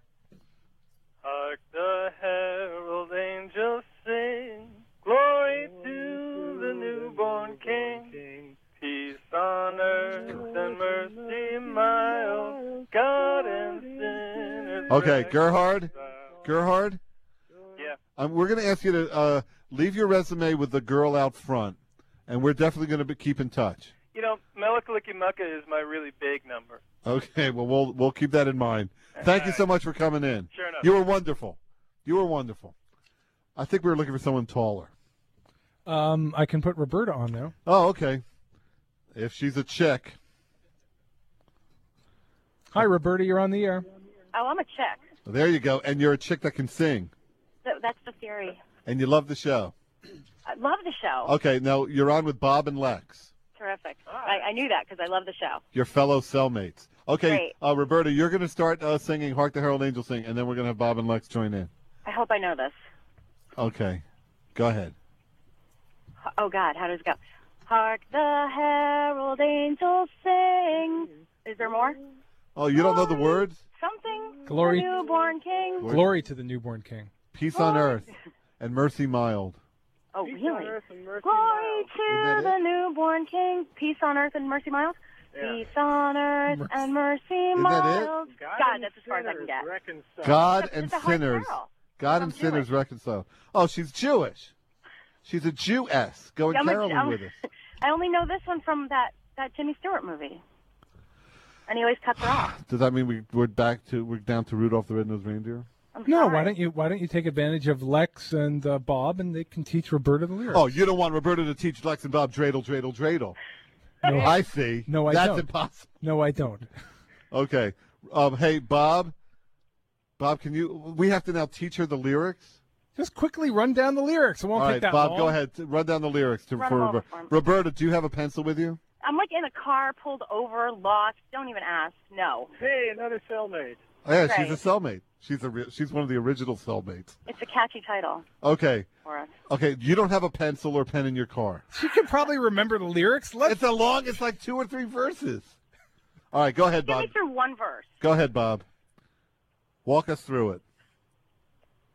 Speaker 5: Hark the herald angels sing, glory to the newborn King. Peace on earth and mercy mild, God and sinners.
Speaker 1: Okay,
Speaker 5: reconciled.
Speaker 1: Gerhard, Gerhard.
Speaker 5: Uh, Yeah.
Speaker 1: Um, we're going to ask you to uh, leave your resume with the girl out front, and we're definitely going to be, keep in touch.
Speaker 5: You know, Melakalikimeka is my really big number.
Speaker 1: Okay, well we'll we'll keep that in mind. Thank you so much for coming in.
Speaker 5: Sure enough.
Speaker 1: You were wonderful. You were wonderful. I think we were looking for someone taller.
Speaker 2: Um, I can put Roberta on now.
Speaker 1: Oh, okay. If she's a chick.
Speaker 2: Hi, Roberta. You're on the air.
Speaker 6: Oh, I'm a chick.
Speaker 1: There you go. And you're a chick that can sing.
Speaker 6: That, that's the theory.
Speaker 1: And you love the show.
Speaker 6: I love the show.
Speaker 1: Okay, now you're on with Bob and Lex,
Speaker 6: Terrific. I, I knew that because I love the show.
Speaker 1: your fellow cellmates. Okay,
Speaker 6: Great.
Speaker 1: uh, Roberta, you're going to start uh, singing Hark the Herald Angels Sing, and then we're going to have Bob and Lex join in.
Speaker 6: I hope I know this.
Speaker 1: Okay, go ahead.
Speaker 6: H- Oh God, how does it go? Hark the herald angels sing. Is there more?
Speaker 1: Oh, you don't know the words?
Speaker 6: Something.
Speaker 2: Glory.
Speaker 6: The newborn king.
Speaker 2: Glory to the newborn king.
Speaker 1: Peace on earth and mercy mild.
Speaker 6: Oh
Speaker 4: Peace on
Speaker 6: really?
Speaker 4: earth and mercy
Speaker 6: Glory
Speaker 4: mild.
Speaker 1: Isn't that
Speaker 6: to the newborn king. Peace on earth and mercy mild.
Speaker 4: Yeah.
Speaker 6: Peace on earth
Speaker 2: Mercy.
Speaker 6: and mercy
Speaker 1: Isn't that it?
Speaker 6: mild. God,
Speaker 4: and
Speaker 6: that's as far as I can
Speaker 4: sinners
Speaker 6: get.
Speaker 4: reconcile.
Speaker 1: God
Speaker 6: That's
Speaker 1: and
Speaker 6: just a hard
Speaker 1: sinners.
Speaker 6: sell.
Speaker 1: God
Speaker 6: I'm
Speaker 1: and
Speaker 6: Jewish.
Speaker 1: sinners reconcile. Oh, she's Jewish. She's a Jewess. Go and
Speaker 6: I'm a-
Speaker 1: Carolyn
Speaker 6: I'm-
Speaker 1: with us.
Speaker 6: <laughs> I only know this one from that, that Jimmy Stewart movie. And he always cuts her off.
Speaker 1: <sighs> Does that mean we, we're back to we're down to Rudolph the Red-Nosed Reindeer?
Speaker 6: I'm
Speaker 2: No,
Speaker 6: sorry.
Speaker 2: why don't you why don't you take advantage of Lex and uh, Bob and they can teach Roberta the lyrics?
Speaker 1: Oh, you don't want Roberta to teach Lex and Bob dreidel, dreidel, dreidel.
Speaker 2: No.
Speaker 1: I see.
Speaker 2: No, I
Speaker 1: That's
Speaker 2: don't.
Speaker 1: impossible.
Speaker 2: no, I don't.
Speaker 1: Okay. Um, hey, Bob. Bob, can you? We have to now teach her the lyrics.
Speaker 2: Just quickly run down the lyrics. It won't
Speaker 1: All
Speaker 2: take
Speaker 1: right,
Speaker 2: that
Speaker 1: Bob,
Speaker 2: long.
Speaker 1: go ahead. Run down the lyrics to
Speaker 6: Run
Speaker 1: for
Speaker 6: them over
Speaker 1: Roberta.
Speaker 6: for 'em.
Speaker 1: Roberta, do you have a pencil with you?
Speaker 6: I'm like in a car, pulled over, lost. Don't even ask. No,
Speaker 4: Hey, another cellmate.
Speaker 1: Oh, yeah,
Speaker 6: Right.
Speaker 1: she's a cellmate. She's a re- she's one of the original cellmates.
Speaker 6: it's a catchy title
Speaker 1: Okay.
Speaker 6: for us.
Speaker 1: Okay, you don't have a pencil or pen in your car.
Speaker 2: She can probably remember the lyrics. Let's
Speaker 1: It's a long. It's like two or three verses. All right, go ahead,
Speaker 6: Get
Speaker 1: Bob.
Speaker 6: me through one verse.
Speaker 1: Go ahead, Bob. Walk us through it,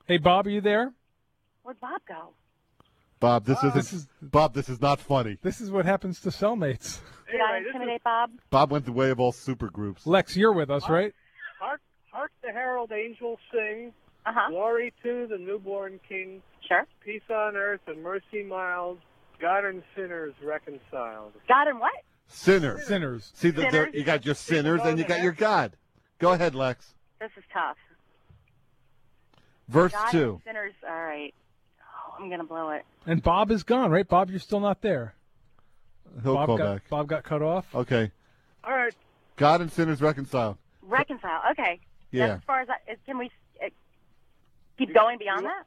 Speaker 2: Hey Bob, are you there?
Speaker 6: Where'd Bob go?
Speaker 1: Bob. This isn't.
Speaker 2: This is
Speaker 1: Bob, this is not funny.
Speaker 2: this is what happens to cellmates.
Speaker 6: Did I
Speaker 4: Anyway, this is
Speaker 6: intimidate Bob?
Speaker 1: Bob went the way of all supergroups.
Speaker 2: Lex, you're with us, right?
Speaker 4: Hark, hark the herald angels sing,
Speaker 6: Uh huh.
Speaker 4: glory to the newborn King,
Speaker 6: Sure.
Speaker 4: peace on earth and mercy mild, God and sinners reconciled.
Speaker 6: God and what?
Speaker 1: Sinner.
Speaker 2: Sinners.
Speaker 1: See, the, the,
Speaker 6: Sinners.
Speaker 1: you got your sinners and you got your God. Go ahead, Lex.
Speaker 6: This is tough.
Speaker 1: Verse
Speaker 6: God
Speaker 1: two.
Speaker 6: and sinners. All right. Oh, I'm gonna blow it.
Speaker 2: And Bob is gone, right? Bob, you're still not there.
Speaker 1: He'll
Speaker 2: Bob
Speaker 1: call
Speaker 2: got
Speaker 1: back.
Speaker 2: Bob got cut off.
Speaker 7: Oh,
Speaker 1: Okay.
Speaker 4: All right,
Speaker 1: God and sinners reconciled.
Speaker 6: Reconcile. Okay. That's
Speaker 1: Yeah.
Speaker 6: as far as I, is- can we uh, keep going beyond that?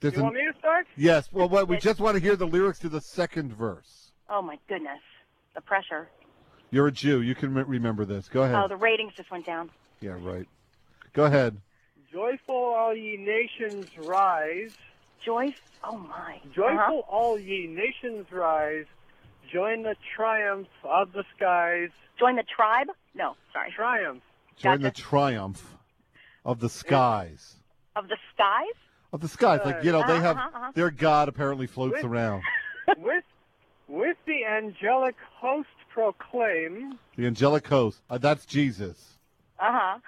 Speaker 1: There's
Speaker 4: you
Speaker 1: an,
Speaker 4: want me to start?
Speaker 1: yes. Well, what, we just want to hear the lyrics to the second verse.
Speaker 6: Oh my goodness, the pressure.
Speaker 1: You're a Jew. You can re- remember this. Go ahead.
Speaker 6: Oh, the ratings just went down.
Speaker 1: yeah, right. Go ahead.
Speaker 4: Joyful all ye nations rise.
Speaker 6: Joyce. Oh my.
Speaker 4: Joyful
Speaker 6: Uh-huh.
Speaker 4: all ye nations rise. Join the triumph of the skies.
Speaker 6: Join the tribe. No, sorry. <laughs>
Speaker 4: Triumph.
Speaker 1: Join the
Speaker 6: Gotcha.
Speaker 1: triumph of the skies.
Speaker 6: Of the skies.
Speaker 1: Of the skies. Like, you know, they have
Speaker 6: Uh-huh, uh-huh.
Speaker 1: their God apparently floats
Speaker 4: With-
Speaker 1: around.
Speaker 4: with with the angelic host proclaim
Speaker 1: The angelic host. Uh, that's Jesus.
Speaker 6: Uh huh.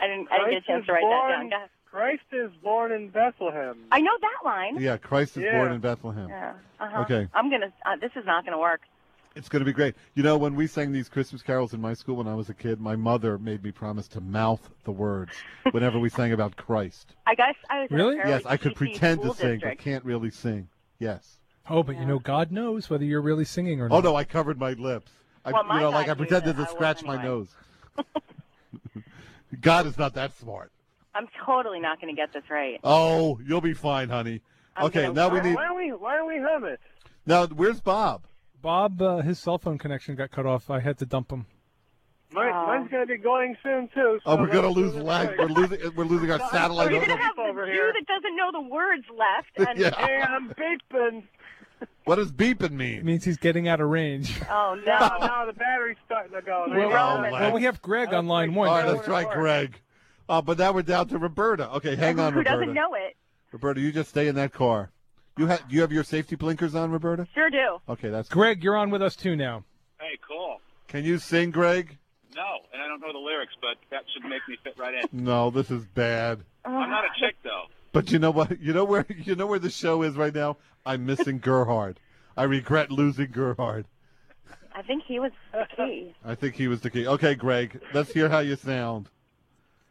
Speaker 6: I didn't. I didn't get a
Speaker 4: Christ
Speaker 6: chance
Speaker 4: is
Speaker 6: to write that
Speaker 4: born.
Speaker 6: down. Go ahead.
Speaker 4: Christ is born in Bethlehem.
Speaker 6: I know that line.
Speaker 1: Yeah, Christ is
Speaker 4: Yeah.
Speaker 1: born in Bethlehem.
Speaker 6: Yeah. Uh-huh.
Speaker 1: Okay.
Speaker 6: I'm gonna. Uh, this is not gonna work.
Speaker 1: It's going to be great. You know, when we sang these Christmas carols in my school when I was a kid, my mother made me promise to mouth the words whenever we sang about Christ.
Speaker 6: I guess I was in a
Speaker 2: Really?
Speaker 6: fairly
Speaker 1: yes, I could
Speaker 6: PC
Speaker 1: pretend to
Speaker 6: school
Speaker 1: sing, but
Speaker 6: district.
Speaker 1: can't really sing. Yes.
Speaker 2: Oh, but
Speaker 6: Yeah.
Speaker 2: you know, God knows whether you're really singing or
Speaker 1: Oh
Speaker 2: not.
Speaker 1: no, I covered my lips. I,
Speaker 6: Well,
Speaker 1: you
Speaker 6: my
Speaker 1: know, like
Speaker 6: God
Speaker 1: I
Speaker 6: knew
Speaker 1: pretended
Speaker 6: that
Speaker 1: to
Speaker 6: I was
Speaker 1: scratch my
Speaker 6: anyway. <laughs>
Speaker 1: nose. God is not that smart.
Speaker 6: I'm totally not gonna get this right.
Speaker 1: Oh, you'll be fine, honey.
Speaker 6: I'm
Speaker 1: okay,
Speaker 6: gonna
Speaker 1: now we
Speaker 4: Why,
Speaker 1: need.
Speaker 4: why don't we why don't we hum it?
Speaker 1: Now, where's Bob?
Speaker 2: Bob, uh, his cell phone connection got cut off. I had to dump him.
Speaker 4: Mine,
Speaker 6: Oh.
Speaker 4: Mine's gonna be going soon too. So
Speaker 1: Oh, we're gonna
Speaker 4: let's do
Speaker 1: lose
Speaker 4: this
Speaker 1: lag. We're
Speaker 4: quick.
Speaker 1: losing. We're losing our
Speaker 4: No, I'm
Speaker 1: satellite.
Speaker 4: sorry,
Speaker 6: Oh, You're
Speaker 4: don't
Speaker 6: gonna <laughs>
Speaker 4: know
Speaker 6: have
Speaker 4: people over
Speaker 6: the
Speaker 4: here.
Speaker 6: Jew that doesn't know the words left, and
Speaker 1: <laughs> Yeah.
Speaker 4: Hey, I'm beeping.
Speaker 1: <laughs> What does beeping
Speaker 2: It
Speaker 1: mean?
Speaker 2: means he's getting out of
Speaker 7: <laughs>
Speaker 2: range.
Speaker 6: oh
Speaker 4: No,
Speaker 6: no,
Speaker 4: no, the battery's starting to go.
Speaker 2: Well,
Speaker 1: Roman.
Speaker 2: well, we have Greg on line
Speaker 1: All
Speaker 2: one.
Speaker 1: right,
Speaker 4: No,
Speaker 1: let's
Speaker 4: we're
Speaker 1: try
Speaker 4: not.
Speaker 1: Greg. Uh, but now we're down to Roberta. Okay, hang on,
Speaker 6: who
Speaker 1: Roberta.
Speaker 6: doesn't know it?
Speaker 1: Roberta, you just stay in that car. You have you have your safety blinkers on, Roberta?
Speaker 6: Sure do.
Speaker 1: Okay, that's.
Speaker 2: Greg, you're on with us too now.
Speaker 7: Hey, cool.
Speaker 1: Can you sing, Greg?
Speaker 7: No, and I don't know the lyrics, but that should make me fit right in.
Speaker 1: No, this is bad.
Speaker 7: I'm not a chick though.
Speaker 1: But you know what? You know where you know where the show is right now. I'm missing Gerhard. I regret losing Gerhard.
Speaker 6: I think he was the key.
Speaker 1: I think he was the key. Okay, Greg, let's hear how you sound.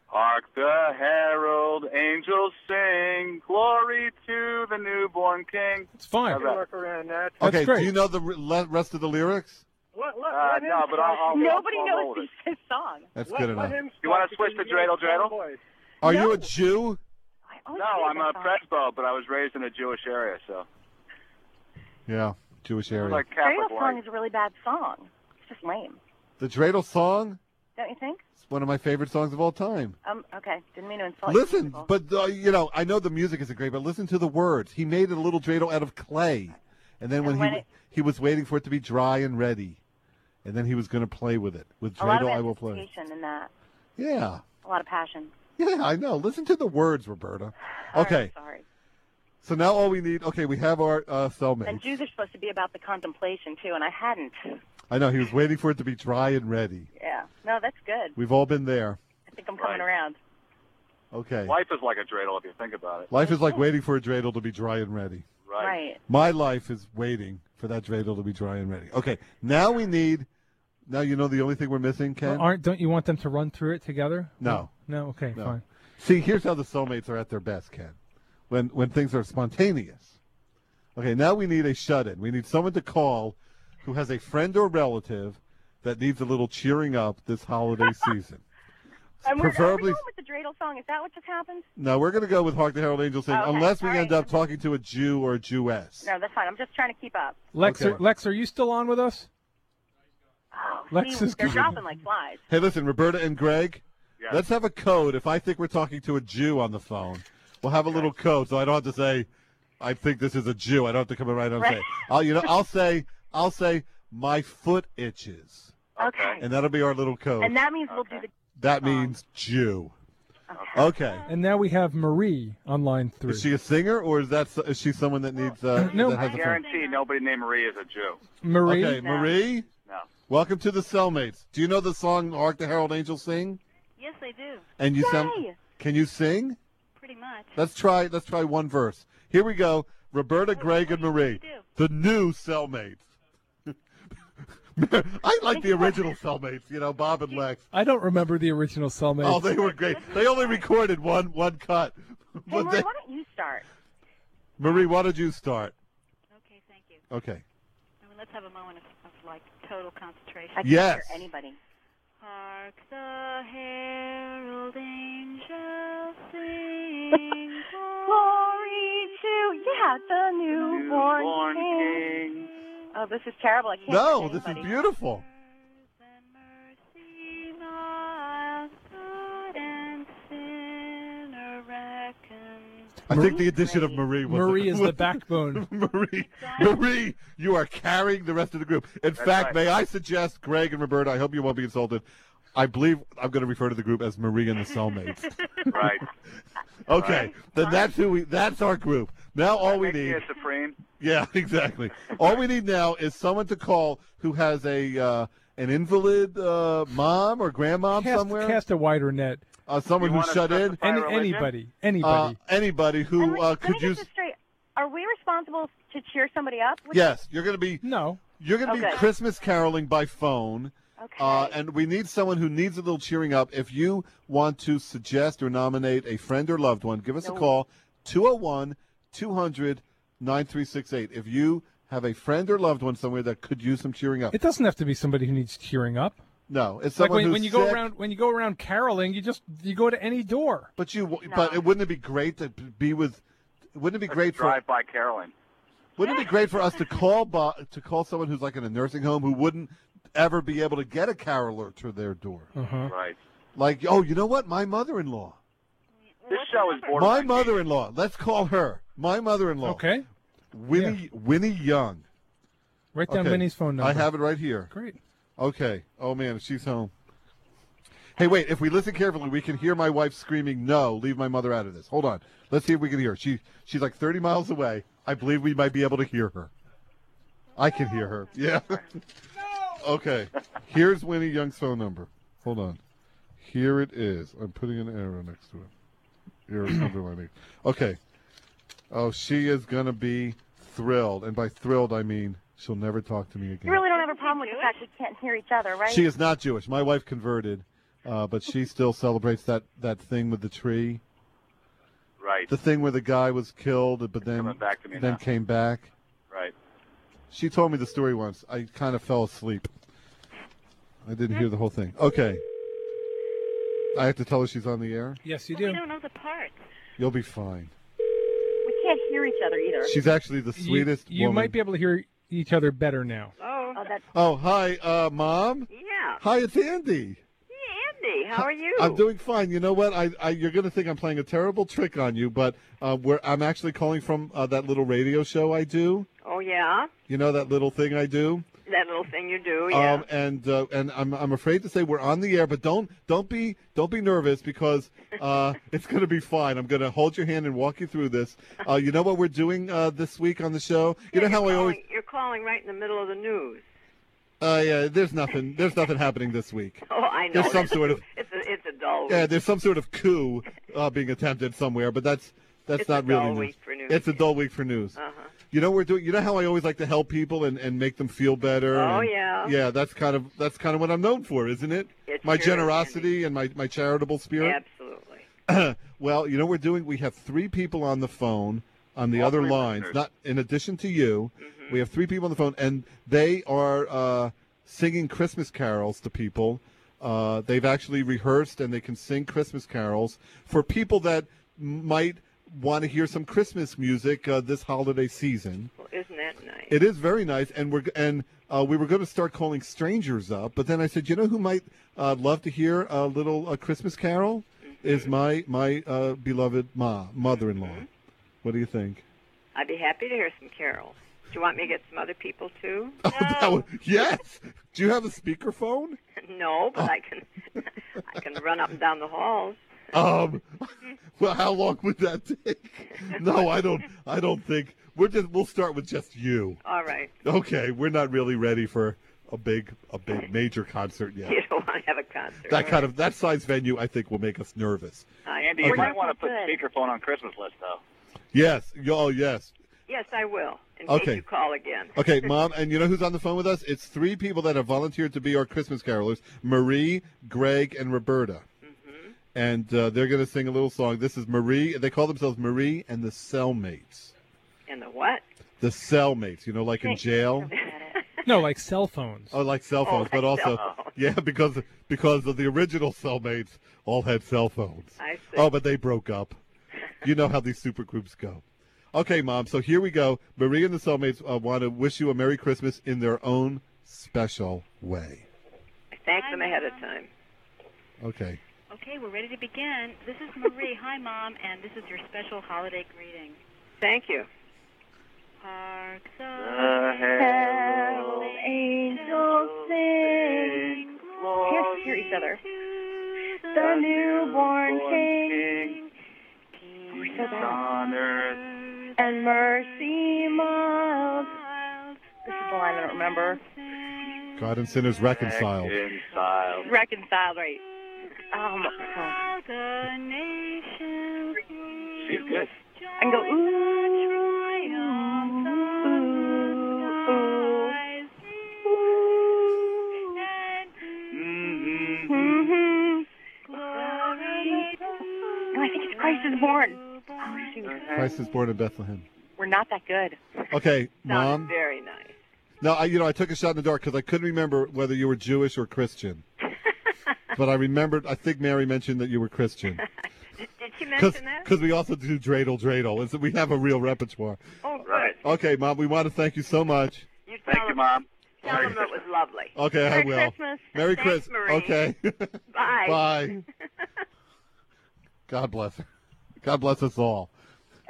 Speaker 7: Hark the herald angels sing, glory to the newborn king.
Speaker 2: It's fine.
Speaker 7: All right.
Speaker 4: Work around that.
Speaker 2: That's
Speaker 1: okay,
Speaker 2: great.
Speaker 1: do you know the re- le- rest of the lyrics?
Speaker 4: Let, let,
Speaker 7: Uh,
Speaker 4: let him
Speaker 7: no, but I'll-
Speaker 4: start.
Speaker 7: I'll-
Speaker 6: Nobody
Speaker 7: I'll
Speaker 6: knows
Speaker 7: roll
Speaker 6: this, this song.
Speaker 1: That's
Speaker 4: Let-
Speaker 1: good
Speaker 4: let
Speaker 1: enough.
Speaker 4: him
Speaker 7: You wanna
Speaker 4: start
Speaker 7: switch
Speaker 4: because
Speaker 7: to
Speaker 4: he knows
Speaker 7: dreidel, dreidel?
Speaker 4: the voice.
Speaker 1: Are you
Speaker 6: No.
Speaker 1: a Jew?
Speaker 6: I always
Speaker 7: No,
Speaker 6: hated
Speaker 7: I'm
Speaker 6: that
Speaker 7: a
Speaker 6: song.
Speaker 7: presbo, but I was raised in a Jewish area, so
Speaker 1: Yeah, Jewish
Speaker 7: I was
Speaker 1: area.
Speaker 7: like
Speaker 6: Cradle
Speaker 7: Catholic.
Speaker 6: song
Speaker 7: Like.
Speaker 6: is a really bad song. It's just lame,
Speaker 1: the dreidel song.
Speaker 6: don't you think?
Speaker 1: It's one of my favorite songs of all time.
Speaker 6: Um, okay, didn't mean to insult. you
Speaker 1: listen,
Speaker 6: people.
Speaker 1: but uh, you know, I know the music isn't great, but listen to the words. He made a little dreidel out of clay, and then
Speaker 6: And
Speaker 1: when,
Speaker 6: when
Speaker 1: he
Speaker 6: it-
Speaker 1: he was waiting for it to be dry and ready, and then he was going to play with it. With
Speaker 6: a lot of
Speaker 1: dreidel, I will play.
Speaker 6: anticipation in that.
Speaker 1: Yeah.
Speaker 6: A lot of passion.
Speaker 1: Yeah, I know. Listen to the words, Roberta.
Speaker 6: All
Speaker 1: Okay,
Speaker 6: right, sorry.
Speaker 1: so now all we need. Okay, we have our uh,
Speaker 6: And
Speaker 1: cellmate.
Speaker 6: Jews are supposed to be about the contemplation too, and I hadn't.
Speaker 1: I know he was waiting for it to be dry and ready.
Speaker 6: Yeah. No, that's good.
Speaker 1: We've all been there.
Speaker 6: I think I'm coming
Speaker 7: Right.
Speaker 6: around.
Speaker 1: Okay,
Speaker 7: Life is like a dreidel if you think about it.
Speaker 1: life is like waiting for a dreidel to be dry and ready. My life is waiting for that dreidel to be dry and ready. Okay, now we need. Now you know the only thing we're missing, Ken.
Speaker 2: Well, aren't don't you want them to run through it together?
Speaker 1: No.
Speaker 2: No. Okay.
Speaker 1: No.
Speaker 2: Fine.
Speaker 1: See, here's how the soulmates are at their best, Ken. When when things are spontaneous. Okay, now we need a shut-in. We need someone to call who has a friend or relative that needs a little cheering up
Speaker 6: <laughs>
Speaker 1: this holiday season.
Speaker 6: And we're,
Speaker 1: Preferably,
Speaker 6: are we going with the dreidel song? Is that what just happened?
Speaker 1: no, we're going to go with Hark the Herald Angels sing,
Speaker 6: Okay,
Speaker 1: unless we
Speaker 6: all right.
Speaker 1: end up talking to a Jew or a Jewess.
Speaker 6: No, that's fine. I'm just trying to keep up.
Speaker 2: Lex,
Speaker 1: Okay.
Speaker 2: are, Lex, are you still on with us?
Speaker 6: Oh,
Speaker 2: Lex
Speaker 6: see,
Speaker 2: is
Speaker 6: they're
Speaker 2: good.
Speaker 6: dropping like flies.
Speaker 1: Hey, listen, Roberta and Greg,
Speaker 7: Yes.
Speaker 1: let's have a code. If I think we're talking to a Jew on the phone, we'll have a little code, so I don't have to say, "I think this is a Jew." I don't have to come right out and say,
Speaker 6: Right.
Speaker 1: "I'll," you know,
Speaker 6: <laughs>
Speaker 1: I'll say, "I'll say, my foot itches,"
Speaker 7: Okay.
Speaker 1: and that'll be our little code.
Speaker 6: And that means we'll do
Speaker 7: Okay.
Speaker 6: the.
Speaker 1: that means Jew.
Speaker 6: Okay.
Speaker 1: Okay.
Speaker 2: And now we have Marie on line three.
Speaker 1: Is she a singer, or is that is she someone that needs uh,
Speaker 2: No.
Speaker 1: that
Speaker 7: I
Speaker 1: has a phone?
Speaker 7: guarantee nobody named Marie is a Jew.
Speaker 2: Marie.
Speaker 1: Okay, Marie.
Speaker 7: No.
Speaker 1: Welcome to the cellmates. Do you know the song "Hark the Herald Angels Sing"?
Speaker 6: Yes, they do.
Speaker 1: And you sound.
Speaker 6: Yay!
Speaker 1: Can you sing?
Speaker 6: Pretty much.
Speaker 1: Let's try. Let's try one verse. Here we go. Roberta, Greg, and Marie, the new cellmates. <laughs> I like the original cellmates. You know, Bob and <laughs> Lex.
Speaker 2: I don't remember the original cellmates.
Speaker 1: Oh, they were great. They only recorded one one cut.
Speaker 6: Hey,
Speaker 1: But
Speaker 6: Roy,
Speaker 1: they-
Speaker 6: why don't you start?
Speaker 1: Marie, why don't you start?
Speaker 6: Okay, thank you.
Speaker 1: Okay.
Speaker 6: I mean, let's have a moment of, of like total concentration.
Speaker 1: can't Yes. hear
Speaker 6: anybody. Hark the herald angels sing, glory to yeah the newborn,
Speaker 5: Newborn
Speaker 6: king. Oh, this is terrible. I can't.
Speaker 1: No,
Speaker 6: hear
Speaker 1: this is
Speaker 6: anybody.
Speaker 1: beautiful.
Speaker 6: And mercy, mild God and sinner reckoned.
Speaker 1: I think the addition of Marie was
Speaker 2: Marie is
Speaker 1: was- <laughs>
Speaker 2: the backbone.
Speaker 1: Marie, Marie, you are carrying the rest of the group. In fact,
Speaker 5: right.
Speaker 1: may I suggest, Greg and Roberta, I hope you won't be insulted. I believe I'm going to refer to the group as Marie and the Cellmates.
Speaker 6: <laughs>
Speaker 5: Right.
Speaker 1: Okay, then that's who we. That's our group. Now all we need.
Speaker 5: supreme.
Speaker 1: <laughs> Yeah, exactly. All we need now is someone to call who has a uh, an invalid uh, mom or grandmom
Speaker 2: Cast,
Speaker 1: somewhere,
Speaker 2: cast a wider net.
Speaker 1: uh, someone
Speaker 5: You
Speaker 1: who's
Speaker 5: wanna
Speaker 1: shut in,
Speaker 5: specify-
Speaker 2: Any,
Speaker 5: religion?
Speaker 2: anybody,
Speaker 1: uh,
Speaker 2: anybody.
Speaker 1: anybody
Speaker 6: And
Speaker 1: who
Speaker 6: wait,
Speaker 1: uh,
Speaker 6: let me
Speaker 1: could
Speaker 6: get
Speaker 1: use.
Speaker 6: this straight. Are we responsible to cheer somebody up? What-
Speaker 1: Yes, you're going to be
Speaker 2: no,
Speaker 1: you're going to be
Speaker 6: Okay.
Speaker 1: Christmas caroling by phone.
Speaker 6: Okay.
Speaker 1: Uh, and we need someone who needs a little cheering up. If you want to suggest or nominate a friend or loved one, give us a
Speaker 6: No.
Speaker 1: call 201 200 9368. If you have a friend or loved one somewhere that could use some cheering up,
Speaker 2: it doesn't have to be somebody who needs cheering up.
Speaker 1: no, it's
Speaker 2: Like
Speaker 1: someone
Speaker 2: when,
Speaker 1: who's
Speaker 2: when you
Speaker 1: sick,
Speaker 2: go around when you go around caroling, you just you go to any door.
Speaker 1: But you, but it wouldn't it be great to be with? Wouldn't it be great for?
Speaker 7: Drive by Carolyn.
Speaker 1: Wouldn't it be great for us to call bo- to call someone who's like in a nursing home who wouldn't ever be able to get a caroler to their door?
Speaker 2: Uh-huh.
Speaker 7: Right.
Speaker 1: Like, oh, you know what? My mother-in-law.
Speaker 7: This
Speaker 6: What's
Speaker 7: show
Speaker 6: the
Speaker 7: is
Speaker 6: number?
Speaker 7: borderline.
Speaker 1: My mother-in-law. Let's call her. My mother-in-law.
Speaker 2: Oh. Okay,
Speaker 1: Winnie Winnie Young.
Speaker 2: write down
Speaker 1: Okay.
Speaker 2: Winnie's phone number.
Speaker 1: I have it right here.
Speaker 2: Great.
Speaker 1: Okay. Oh man, she's home. Hey, wait. If we listen carefully, we can hear my wife screaming, "No, leave my mother out of this." Hold on. Let's see if we can hear. her. She she's like 30 miles away. I believe we might be able to hear her. I can hear her. Yeah. <laughs> okay. Here's Winnie Young's phone number. Hold on. Here it is. I'm putting an arrow next to it. Arrow underlining. Okay. Oh, she is gonna be thrilled, and by thrilled I mean she'll never talk to me again.
Speaker 6: You really don't have a problem with the fact we can't hear each other, right?
Speaker 1: She is not Jewish. My wife converted, uh, but she still celebrates that, that thing with the tree,
Speaker 7: Right.
Speaker 1: the thing where the guy was killed, but then
Speaker 7: Coming back to me
Speaker 1: then
Speaker 7: now.
Speaker 1: came back.
Speaker 7: Right.
Speaker 1: She told me the story once. I kind of fell asleep. I didn't hear the whole thing. Okay, I have to tell her she's on the air.
Speaker 2: Yes, you
Speaker 6: Well, we
Speaker 2: do.
Speaker 6: don't know the parts.
Speaker 1: You'll be fine.
Speaker 6: We can't hear each other either.
Speaker 1: She's actually the
Speaker 2: You-
Speaker 1: sweetest
Speaker 2: You,
Speaker 1: woman.
Speaker 2: might be able to hear each other better now.
Speaker 8: Oh,
Speaker 6: Oh, that's
Speaker 1: Oh, hi, uh, mom.
Speaker 8: yeah.
Speaker 1: Hi, it's Andy.
Speaker 8: Hey, Andy, how are you?
Speaker 1: I'm doing fine. You know what? I, I you're going to think I'm playing a terrible trick on you, but uh, we're, I'm actually calling from uh, that little radio show I do.
Speaker 8: oh, yeah.
Speaker 1: You know that little thing I do.
Speaker 8: That little thing you do, yeah.
Speaker 1: Um, and uh, and I'm, I'm afraid to say we're on the air, but don't don't be don't be nervous because uh,
Speaker 8: <laughs>
Speaker 1: it's going to be fine. I'm going to hold your hand and walk you through this. Uh, you know what we're doing uh, this week on the show? You know
Speaker 8: Yeah,
Speaker 1: how
Speaker 8: you're
Speaker 1: I always
Speaker 8: calling- You're calling right in the middle of the news. <laughs>
Speaker 1: uh, yeah, there's nothing there's nothing happening this week.
Speaker 8: Oh, I know.
Speaker 1: There's some sort of
Speaker 8: It's a, it's a dull week.
Speaker 1: Yeah, there's some sort of coup uh, being attempted somewhere, but that's that's
Speaker 8: It's a
Speaker 1: not really
Speaker 8: dull
Speaker 1: news.
Speaker 8: week for news.
Speaker 1: It's a dull week for news.
Speaker 8: Uh-huh.
Speaker 1: You know we're doing. You know how I always like to help people and, and make them feel better.
Speaker 8: Oh,
Speaker 1: and-
Speaker 8: yeah.
Speaker 1: Yeah, that's kind of that's kind of what I'm known for, isn't it?
Speaker 8: It
Speaker 1: my
Speaker 8: sure is,
Speaker 1: generosity and my my charitable spirit.
Speaker 8: Absolutely.
Speaker 1: <coughs> well, you know we're doing. We have three people on the phone on the
Speaker 7: All
Speaker 1: other
Speaker 7: three Mm-hmm.
Speaker 1: lines.
Speaker 7: listeners.
Speaker 1: Not in addition to you, we have three people on the phone, and they are uh, singing Christmas carols to people. Uh, they've actually rehearsed and they can sing Christmas carols for people that might want to hear some Christmas music uh, this holiday season.
Speaker 8: Well, isn't that nice?
Speaker 1: It is very nice, and we're and uh, we were going to start calling strangers up, but then I said, you know who might uh, love to hear a little uh, Christmas carol is my my uh, beloved ma mother-in-law. What do you think?
Speaker 8: I'd be happy to hear some carols. Do you want me to get some other people, too?
Speaker 1: <laughs> Oh, that would- yes. Do you have a speakerphone?
Speaker 8: <laughs> no, but I can <laughs> I can run up and down the halls.
Speaker 1: Um, <laughs> well, how long would that take? <laughs> No, I don't. I don't think we're just. We'll start with just you.
Speaker 8: All right. <laughs>
Speaker 1: Okay, we're not really ready for a big, a big major concert yet.
Speaker 8: You don't want to have a concert.
Speaker 1: That kind of that size venue, I think, will make us nervous.
Speaker 8: I-
Speaker 7: Andy,
Speaker 1: Okay.
Speaker 7: you might want to put
Speaker 6: Good.
Speaker 7: speakerphone on Christmas list, though.
Speaker 1: Yes. y- Oh, yes.
Speaker 8: Yes, I will. In
Speaker 1: Okay.
Speaker 8: case you call again.
Speaker 1: Okay, Mom, and you know who's on the phone with us? It's three people that have volunteered to be our Christmas carolers Marie, Greg, and Roberta. And uh, they're going to sing a little song. This is Marie. They call themselves Marie and the Cellmates.
Speaker 8: And the what?
Speaker 1: The Cellmates, you know, like in jail.
Speaker 2: No, like cell phones.
Speaker 1: Oh, like cell phones,
Speaker 8: like
Speaker 1: but also,
Speaker 8: cell phones.
Speaker 1: yeah, <laughs> because because of the original cellmates all had cell phones.
Speaker 8: I see.
Speaker 1: Oh, but they broke up. You know how these supergroups go. Okay, mom. So here we go. Marie and the cellmates uh, want to wish you a Merry Christmas in their own special way.
Speaker 8: I thank them ahead of time.
Speaker 1: Okay.
Speaker 9: Okay, we're ready to begin. This is Marie. Hi, Mom, and this is your special holiday greeting.
Speaker 8: Thank you.
Speaker 9: Hark the
Speaker 6: Herald angels sing. <laughs> Can't hear each other. The newborn King, peace on earth and mercy mild. This is the line I don't remember.
Speaker 1: God and sinners reconciled.
Speaker 6: Reconciled, right? Oh <laughs> my God.
Speaker 9: the nations
Speaker 7: She's good.
Speaker 6: I can go. Ooh, ooh, ooh.
Speaker 9: rise and glory
Speaker 6: Mhm. No, I think it's Christ is born. Oh, shoot.
Speaker 1: Christ is born in Bethlehem.
Speaker 6: We're not that good.
Speaker 1: Okay,
Speaker 8: Sounds
Speaker 1: mom.
Speaker 8: very nice.
Speaker 1: Now, I, you know, I took a shot in the dark because I couldn't remember whether you were Jewish
Speaker 8: <laughs>
Speaker 1: or Christian. but I remembered. I think Mary mentioned that you were Christian.
Speaker 8: Did, did she
Speaker 1: Because
Speaker 8: mention that?
Speaker 1: we also do dreidel dreidel. It's, we have a real repertoire.
Speaker 8: Oh, good.
Speaker 1: Okay, Mom, we want to thank you so much.
Speaker 8: You tell
Speaker 7: Thank you,
Speaker 8: them,
Speaker 7: Mom.
Speaker 8: tell them it was lovely.
Speaker 1: Okay, I will. Merry
Speaker 8: Thanks,
Speaker 1: Christmas.
Speaker 8: Marie.
Speaker 1: Okay. <laughs>
Speaker 8: Bye. <laughs>
Speaker 1: Bye. God bless her. God bless us all.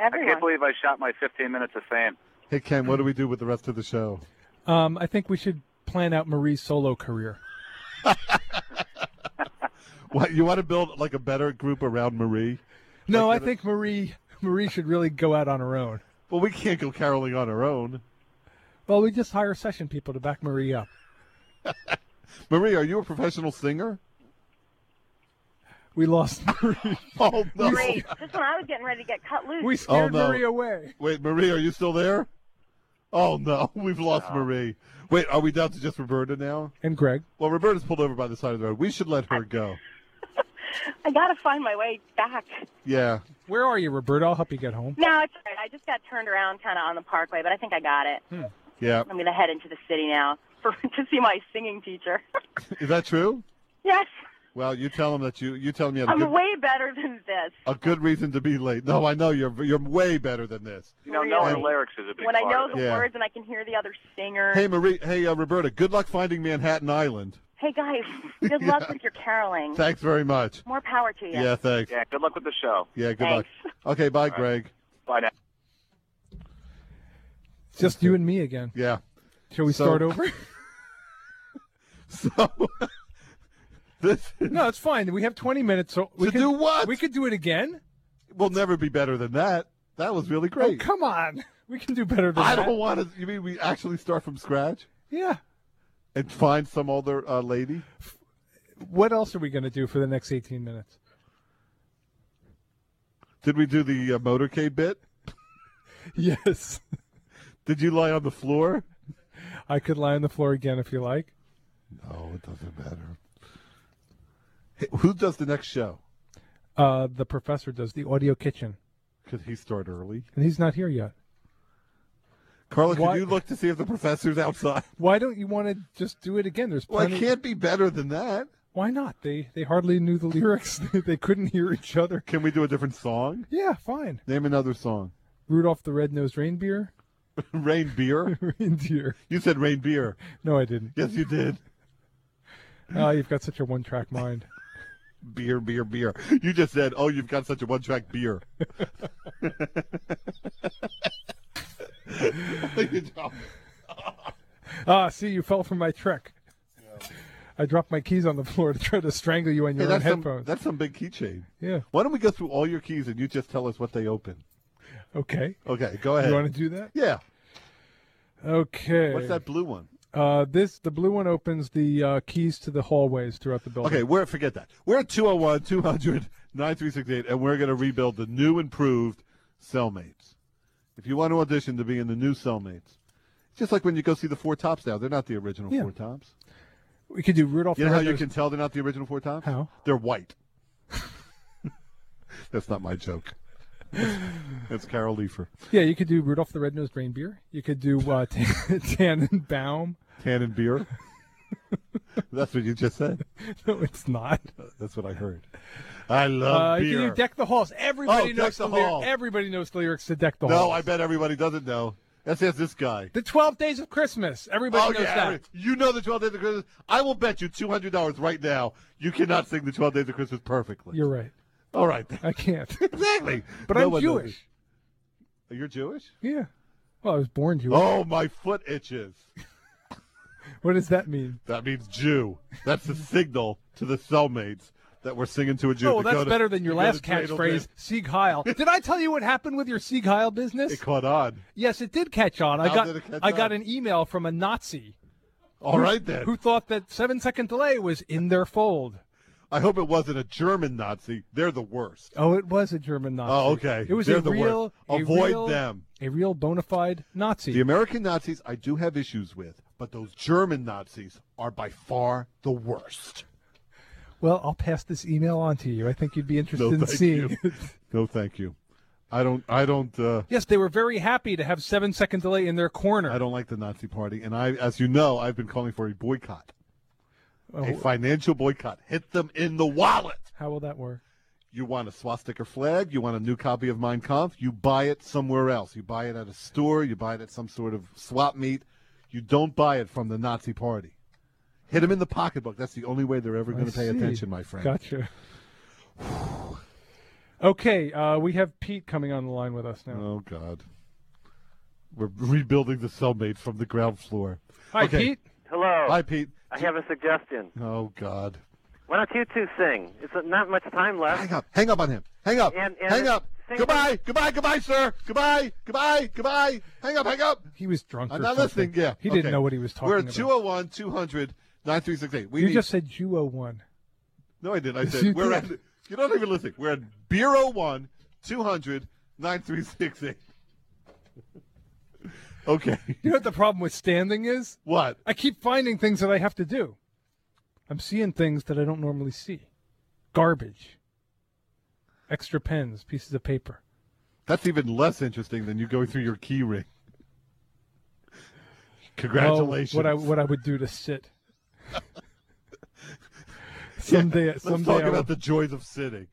Speaker 7: I
Speaker 6: Everyone.
Speaker 7: can't believe I shot my 15 minutes of fame.
Speaker 1: Hey, Ken, what do we do with the rest of the show?
Speaker 2: Um, I think we should plan out Marie's solo career.
Speaker 1: What you want to build like a better group around Marie?
Speaker 2: No,
Speaker 1: Like
Speaker 2: I think Marie Marie should really go out on her own.
Speaker 1: Well, we can't go caroling on our own.
Speaker 2: Well, we just hire session people to back Marie up.
Speaker 1: Marie, are you a professional singer?
Speaker 2: We lost <laughs> Marie.
Speaker 1: Oh no.
Speaker 6: Great. Just when I was getting ready to get cut loose.
Speaker 2: We scared
Speaker 1: Oh, no.
Speaker 2: Marie away.
Speaker 1: Wait, Marie, are you still there? Oh no, <laughs> we've lost Marie. Wait, are we down to just Roberta now?
Speaker 2: And Greg.
Speaker 1: Well, Roberta's pulled over by the side of the road. We should let her go.
Speaker 6: I gotta find my way back.
Speaker 1: Yeah.
Speaker 2: Where are you, Roberta? I'll help you get home.
Speaker 6: No, it's all right. I just got turned around kind of on the parkway, but I think I got it.
Speaker 1: Hmm. Yeah.
Speaker 6: I'm gonna head into the city now <laughs> for to see my singing teacher. <laughs>
Speaker 1: Is that true?
Speaker 6: yes,
Speaker 1: Well, you tell him that you you tell him you had a
Speaker 6: I'm
Speaker 1: good,
Speaker 6: way better than this.
Speaker 1: a good reason to be late. No, I know you're you're way better than this.
Speaker 7: You know, knowing
Speaker 6: Really?
Speaker 7: lyrics is a big
Speaker 6: When I
Speaker 7: part
Speaker 6: know
Speaker 7: of it.
Speaker 6: the
Speaker 1: Yeah.
Speaker 6: words and I can hear the other singer.
Speaker 1: Hey Marie, hey uh, Roberta, good luck finding Manhattan Island.
Speaker 6: Hey, guys,
Speaker 1: <laughs>
Speaker 6: good
Speaker 1: Yeah.
Speaker 6: luck with your caroling.
Speaker 1: Thanks very much.
Speaker 6: More power to you.
Speaker 1: Yeah, thanks.
Speaker 7: Yeah, good luck with the show.
Speaker 1: Yeah, good
Speaker 6: Thanks. <laughs>
Speaker 1: luck. Okay, bye, Greg.
Speaker 7: Bye now.
Speaker 2: Just you and me again.
Speaker 1: Yeah. <laughs>
Speaker 2: Shall we
Speaker 1: So-
Speaker 2: start over? <laughs>
Speaker 1: So <laughs> this
Speaker 2: no, it's fine. We have 20 minutes. So we
Speaker 1: To
Speaker 2: could-
Speaker 1: do what?
Speaker 2: We could do it again.
Speaker 1: will never be better than that. That was really
Speaker 2: Oh,
Speaker 1: great.
Speaker 2: come on. <laughs> We can do better than
Speaker 1: I
Speaker 2: that.
Speaker 1: don't want to. You mean we actually start from scratch
Speaker 2: Yeah.
Speaker 1: and find some other uh, lady?
Speaker 2: What else are we going to do for the next 18
Speaker 1: <laughs>
Speaker 2: minutes?
Speaker 1: Did we do the uh, motorcade bit?
Speaker 2: Yes.
Speaker 1: Did you lie on the floor?
Speaker 2: I could lie on the floor again if you like.
Speaker 1: No, it doesn't matter. Hey, who does the next show?
Speaker 2: Uh, the professor does the audio kitchen,
Speaker 1: Could he start early?
Speaker 2: and he's not here yet.
Speaker 1: Carla,
Speaker 2: Why-
Speaker 1: could you look to see if the professor's outside?
Speaker 2: Why don't you want to just do it again? There's
Speaker 1: Well,
Speaker 2: plenty.
Speaker 1: it can't be better than that.
Speaker 2: Why not? They they hardly knew the <laughs> lyrics. they couldn't hear each other.
Speaker 1: Can we do a different song?
Speaker 2: Yeah, fine.
Speaker 1: Name another song. <laughs>
Speaker 2: Rudolph the Red-Nosed Reindeer. <laughs>
Speaker 1: Rain beer.
Speaker 2: Reindeer.
Speaker 1: You said rain beer.
Speaker 2: No, I didn't.
Speaker 1: Yes, you did.
Speaker 2: Oh, you've got such a one-track mind.
Speaker 1: Beer, beer, beer. You just said, "Oh, you've got such a one-track beer." <laughs> Good job.
Speaker 2: Ah, see, you fell for my trick. I dropped my keys on the floor to try to strangle you on
Speaker 1: Hey,
Speaker 2: your own
Speaker 1: that's, some,
Speaker 2: headphones.
Speaker 1: that's some big keychain.
Speaker 2: Yeah.
Speaker 1: Why don't we go through all your keys and you just tell us what they open?
Speaker 2: Okay.
Speaker 1: Okay, go
Speaker 2: You
Speaker 1: ahead.
Speaker 2: want to do that?
Speaker 1: Yeah.
Speaker 2: Okay.
Speaker 1: What's that blue one?
Speaker 2: Uh, this the blue one opens the uh, keys to the hallways throughout the building.
Speaker 1: Okay, we're forget that. We're at 201 200 9368, and we're going to rebuild the new improved cellmates. If you want to audition to be in the new cellmates, just like when you go see the Four Tops now, they're not the original
Speaker 2: Yeah.
Speaker 1: Four Tops.
Speaker 2: We could do Rudolph.
Speaker 1: You know how you
Speaker 2: Red-Nosed-
Speaker 1: can tell they're not the original Four Tops?
Speaker 2: How?
Speaker 1: They're white. <laughs> That's not my joke. That's Carol Leifer.
Speaker 2: Yeah, you could do Rudolph the Red-Nosed Reindeer. You could do uh, <laughs> Tan- Tannenbaum.
Speaker 1: Tan and beer. That's what you just said.
Speaker 2: <laughs> No, it's not.
Speaker 1: That's what I heard. I
Speaker 2: Uh,
Speaker 1: love
Speaker 2: you
Speaker 1: beer. Oh,
Speaker 2: can do Deck the Halls. Everybody
Speaker 1: Deck
Speaker 2: knows
Speaker 1: the
Speaker 2: the, lyric-
Speaker 1: Hall.
Speaker 2: Everybody knows the lyrics to Deck the
Speaker 1: no,
Speaker 2: Halls.
Speaker 1: I bet everybody doesn't know. That's, that's this guy. Oh,
Speaker 2: The Twelve Days of Christmas. Everybody knows that.
Speaker 1: every- you know the 12 Days of Christmas. I will bet you $200 right now you cannot sing the 12 Days of Christmas perfectly.
Speaker 2: You're right.
Speaker 1: All right. <laughs>
Speaker 2: I can't.
Speaker 1: Exactly.
Speaker 2: But
Speaker 1: No
Speaker 2: I'm
Speaker 1: one knows
Speaker 2: Jewish.
Speaker 1: it. You're Jewish?
Speaker 2: Yeah. Well, I was born Jewish.
Speaker 1: Oh, my foot itches. Oh.
Speaker 2: What does that mean?
Speaker 1: That means Jew. That's the signal to the cellmates that we're singing to a Jew.
Speaker 2: oh, well,
Speaker 1: to
Speaker 2: that's
Speaker 1: go to-
Speaker 2: better than your
Speaker 1: to go
Speaker 2: last
Speaker 1: to Cradle
Speaker 2: catchphrase,
Speaker 1: Dip.
Speaker 2: Sieg Heil. Did I tell you what happened with your Sieg Heil business?
Speaker 1: It caught on.
Speaker 2: yes, it did catch on. I
Speaker 1: How
Speaker 2: got
Speaker 1: did it catch
Speaker 2: I got
Speaker 1: on?
Speaker 2: an email from a Nazi
Speaker 1: All right, then.
Speaker 2: who thought that seven second delay was in their fold.
Speaker 1: I hope it wasn't a German Nazi. They're the worst.
Speaker 2: Oh, it was a German Nazi.
Speaker 1: Oh, okay.
Speaker 2: It was
Speaker 1: They're
Speaker 2: a
Speaker 1: the
Speaker 2: real
Speaker 1: worst.
Speaker 2: a
Speaker 1: Avoid
Speaker 2: real-
Speaker 1: them.
Speaker 2: A real bona fide Nazi.
Speaker 1: The American Nazis I do have issues with, but those German Nazis are by far the worst.
Speaker 2: well, I'll pass this email on to you. I think you'd be interested
Speaker 1: No,
Speaker 2: in
Speaker 1: thank
Speaker 2: seeing.
Speaker 1: you. No, thank you. I don't. I don't. Uh,
Speaker 2: <laughs> yes, they were very happy to have seven second delay in their corner.
Speaker 1: I don't like the Nazi Party, and I, as you know, I've been calling for a boycott,
Speaker 2: Oh,
Speaker 1: a financial boycott. Hit them in the wallet.
Speaker 2: how will that work?
Speaker 1: You want a swastika flag? You want a new copy of Mein Kampf? You buy it somewhere else. You buy it at a store. You buy it at some sort of swap meet. You don't buy it from the Nazi Party. Hit them in the pocketbook. That's the only way they're ever
Speaker 2: I
Speaker 1: going to pay
Speaker 2: see.
Speaker 1: attention, my friend.
Speaker 2: Gotcha. <sighs> okay, uh, we have Pete coming on the line with us now.
Speaker 1: Oh God. We're rebuilding the cellmate from the ground floor.
Speaker 2: Hi,
Speaker 1: okay.
Speaker 2: Pete.
Speaker 5: Hello.
Speaker 1: Hi, Pete.
Speaker 5: I have a suggestion.
Speaker 1: Oh God.
Speaker 5: Why don't you two sing? It's not much time left.
Speaker 1: Hang up. Hang up on him. Hang up.
Speaker 5: And- and
Speaker 1: hang up.
Speaker 5: sing-
Speaker 1: Goodbye. Goodbye. Goodbye, sir. Goodbye. Goodbye. Goodbye. Hang up. Hang up.
Speaker 2: He was drunk.
Speaker 1: I'm
Speaker 2: or
Speaker 1: not
Speaker 2: something.
Speaker 1: listening. Yeah.
Speaker 2: He
Speaker 1: okay.
Speaker 2: didn't know what he was talking
Speaker 1: We're oh at
Speaker 2: about.
Speaker 1: 201 200 9368. We
Speaker 2: you
Speaker 1: need.
Speaker 2: just said Juo one.
Speaker 1: No, I didn't.
Speaker 2: <laughs>
Speaker 1: I
Speaker 2: You
Speaker 1: said. We're at.
Speaker 2: did.
Speaker 1: You're not even listening. We're at Bureau 1 200 9368. <laughs> Okay.
Speaker 2: You know what the problem with standing is?
Speaker 1: What?
Speaker 2: I keep finding things that I have to do. I'm seeing things that I don't normally see. Garbage. Extra pens, pieces of paper.
Speaker 1: That's even less interesting than you going through your key ring. Congratulations.
Speaker 2: Oh, what
Speaker 1: <laughs>
Speaker 2: I what I would do to sit. someday,
Speaker 1: Let's
Speaker 2: someday
Speaker 1: talk
Speaker 2: I will-
Speaker 1: about the joys of sitting.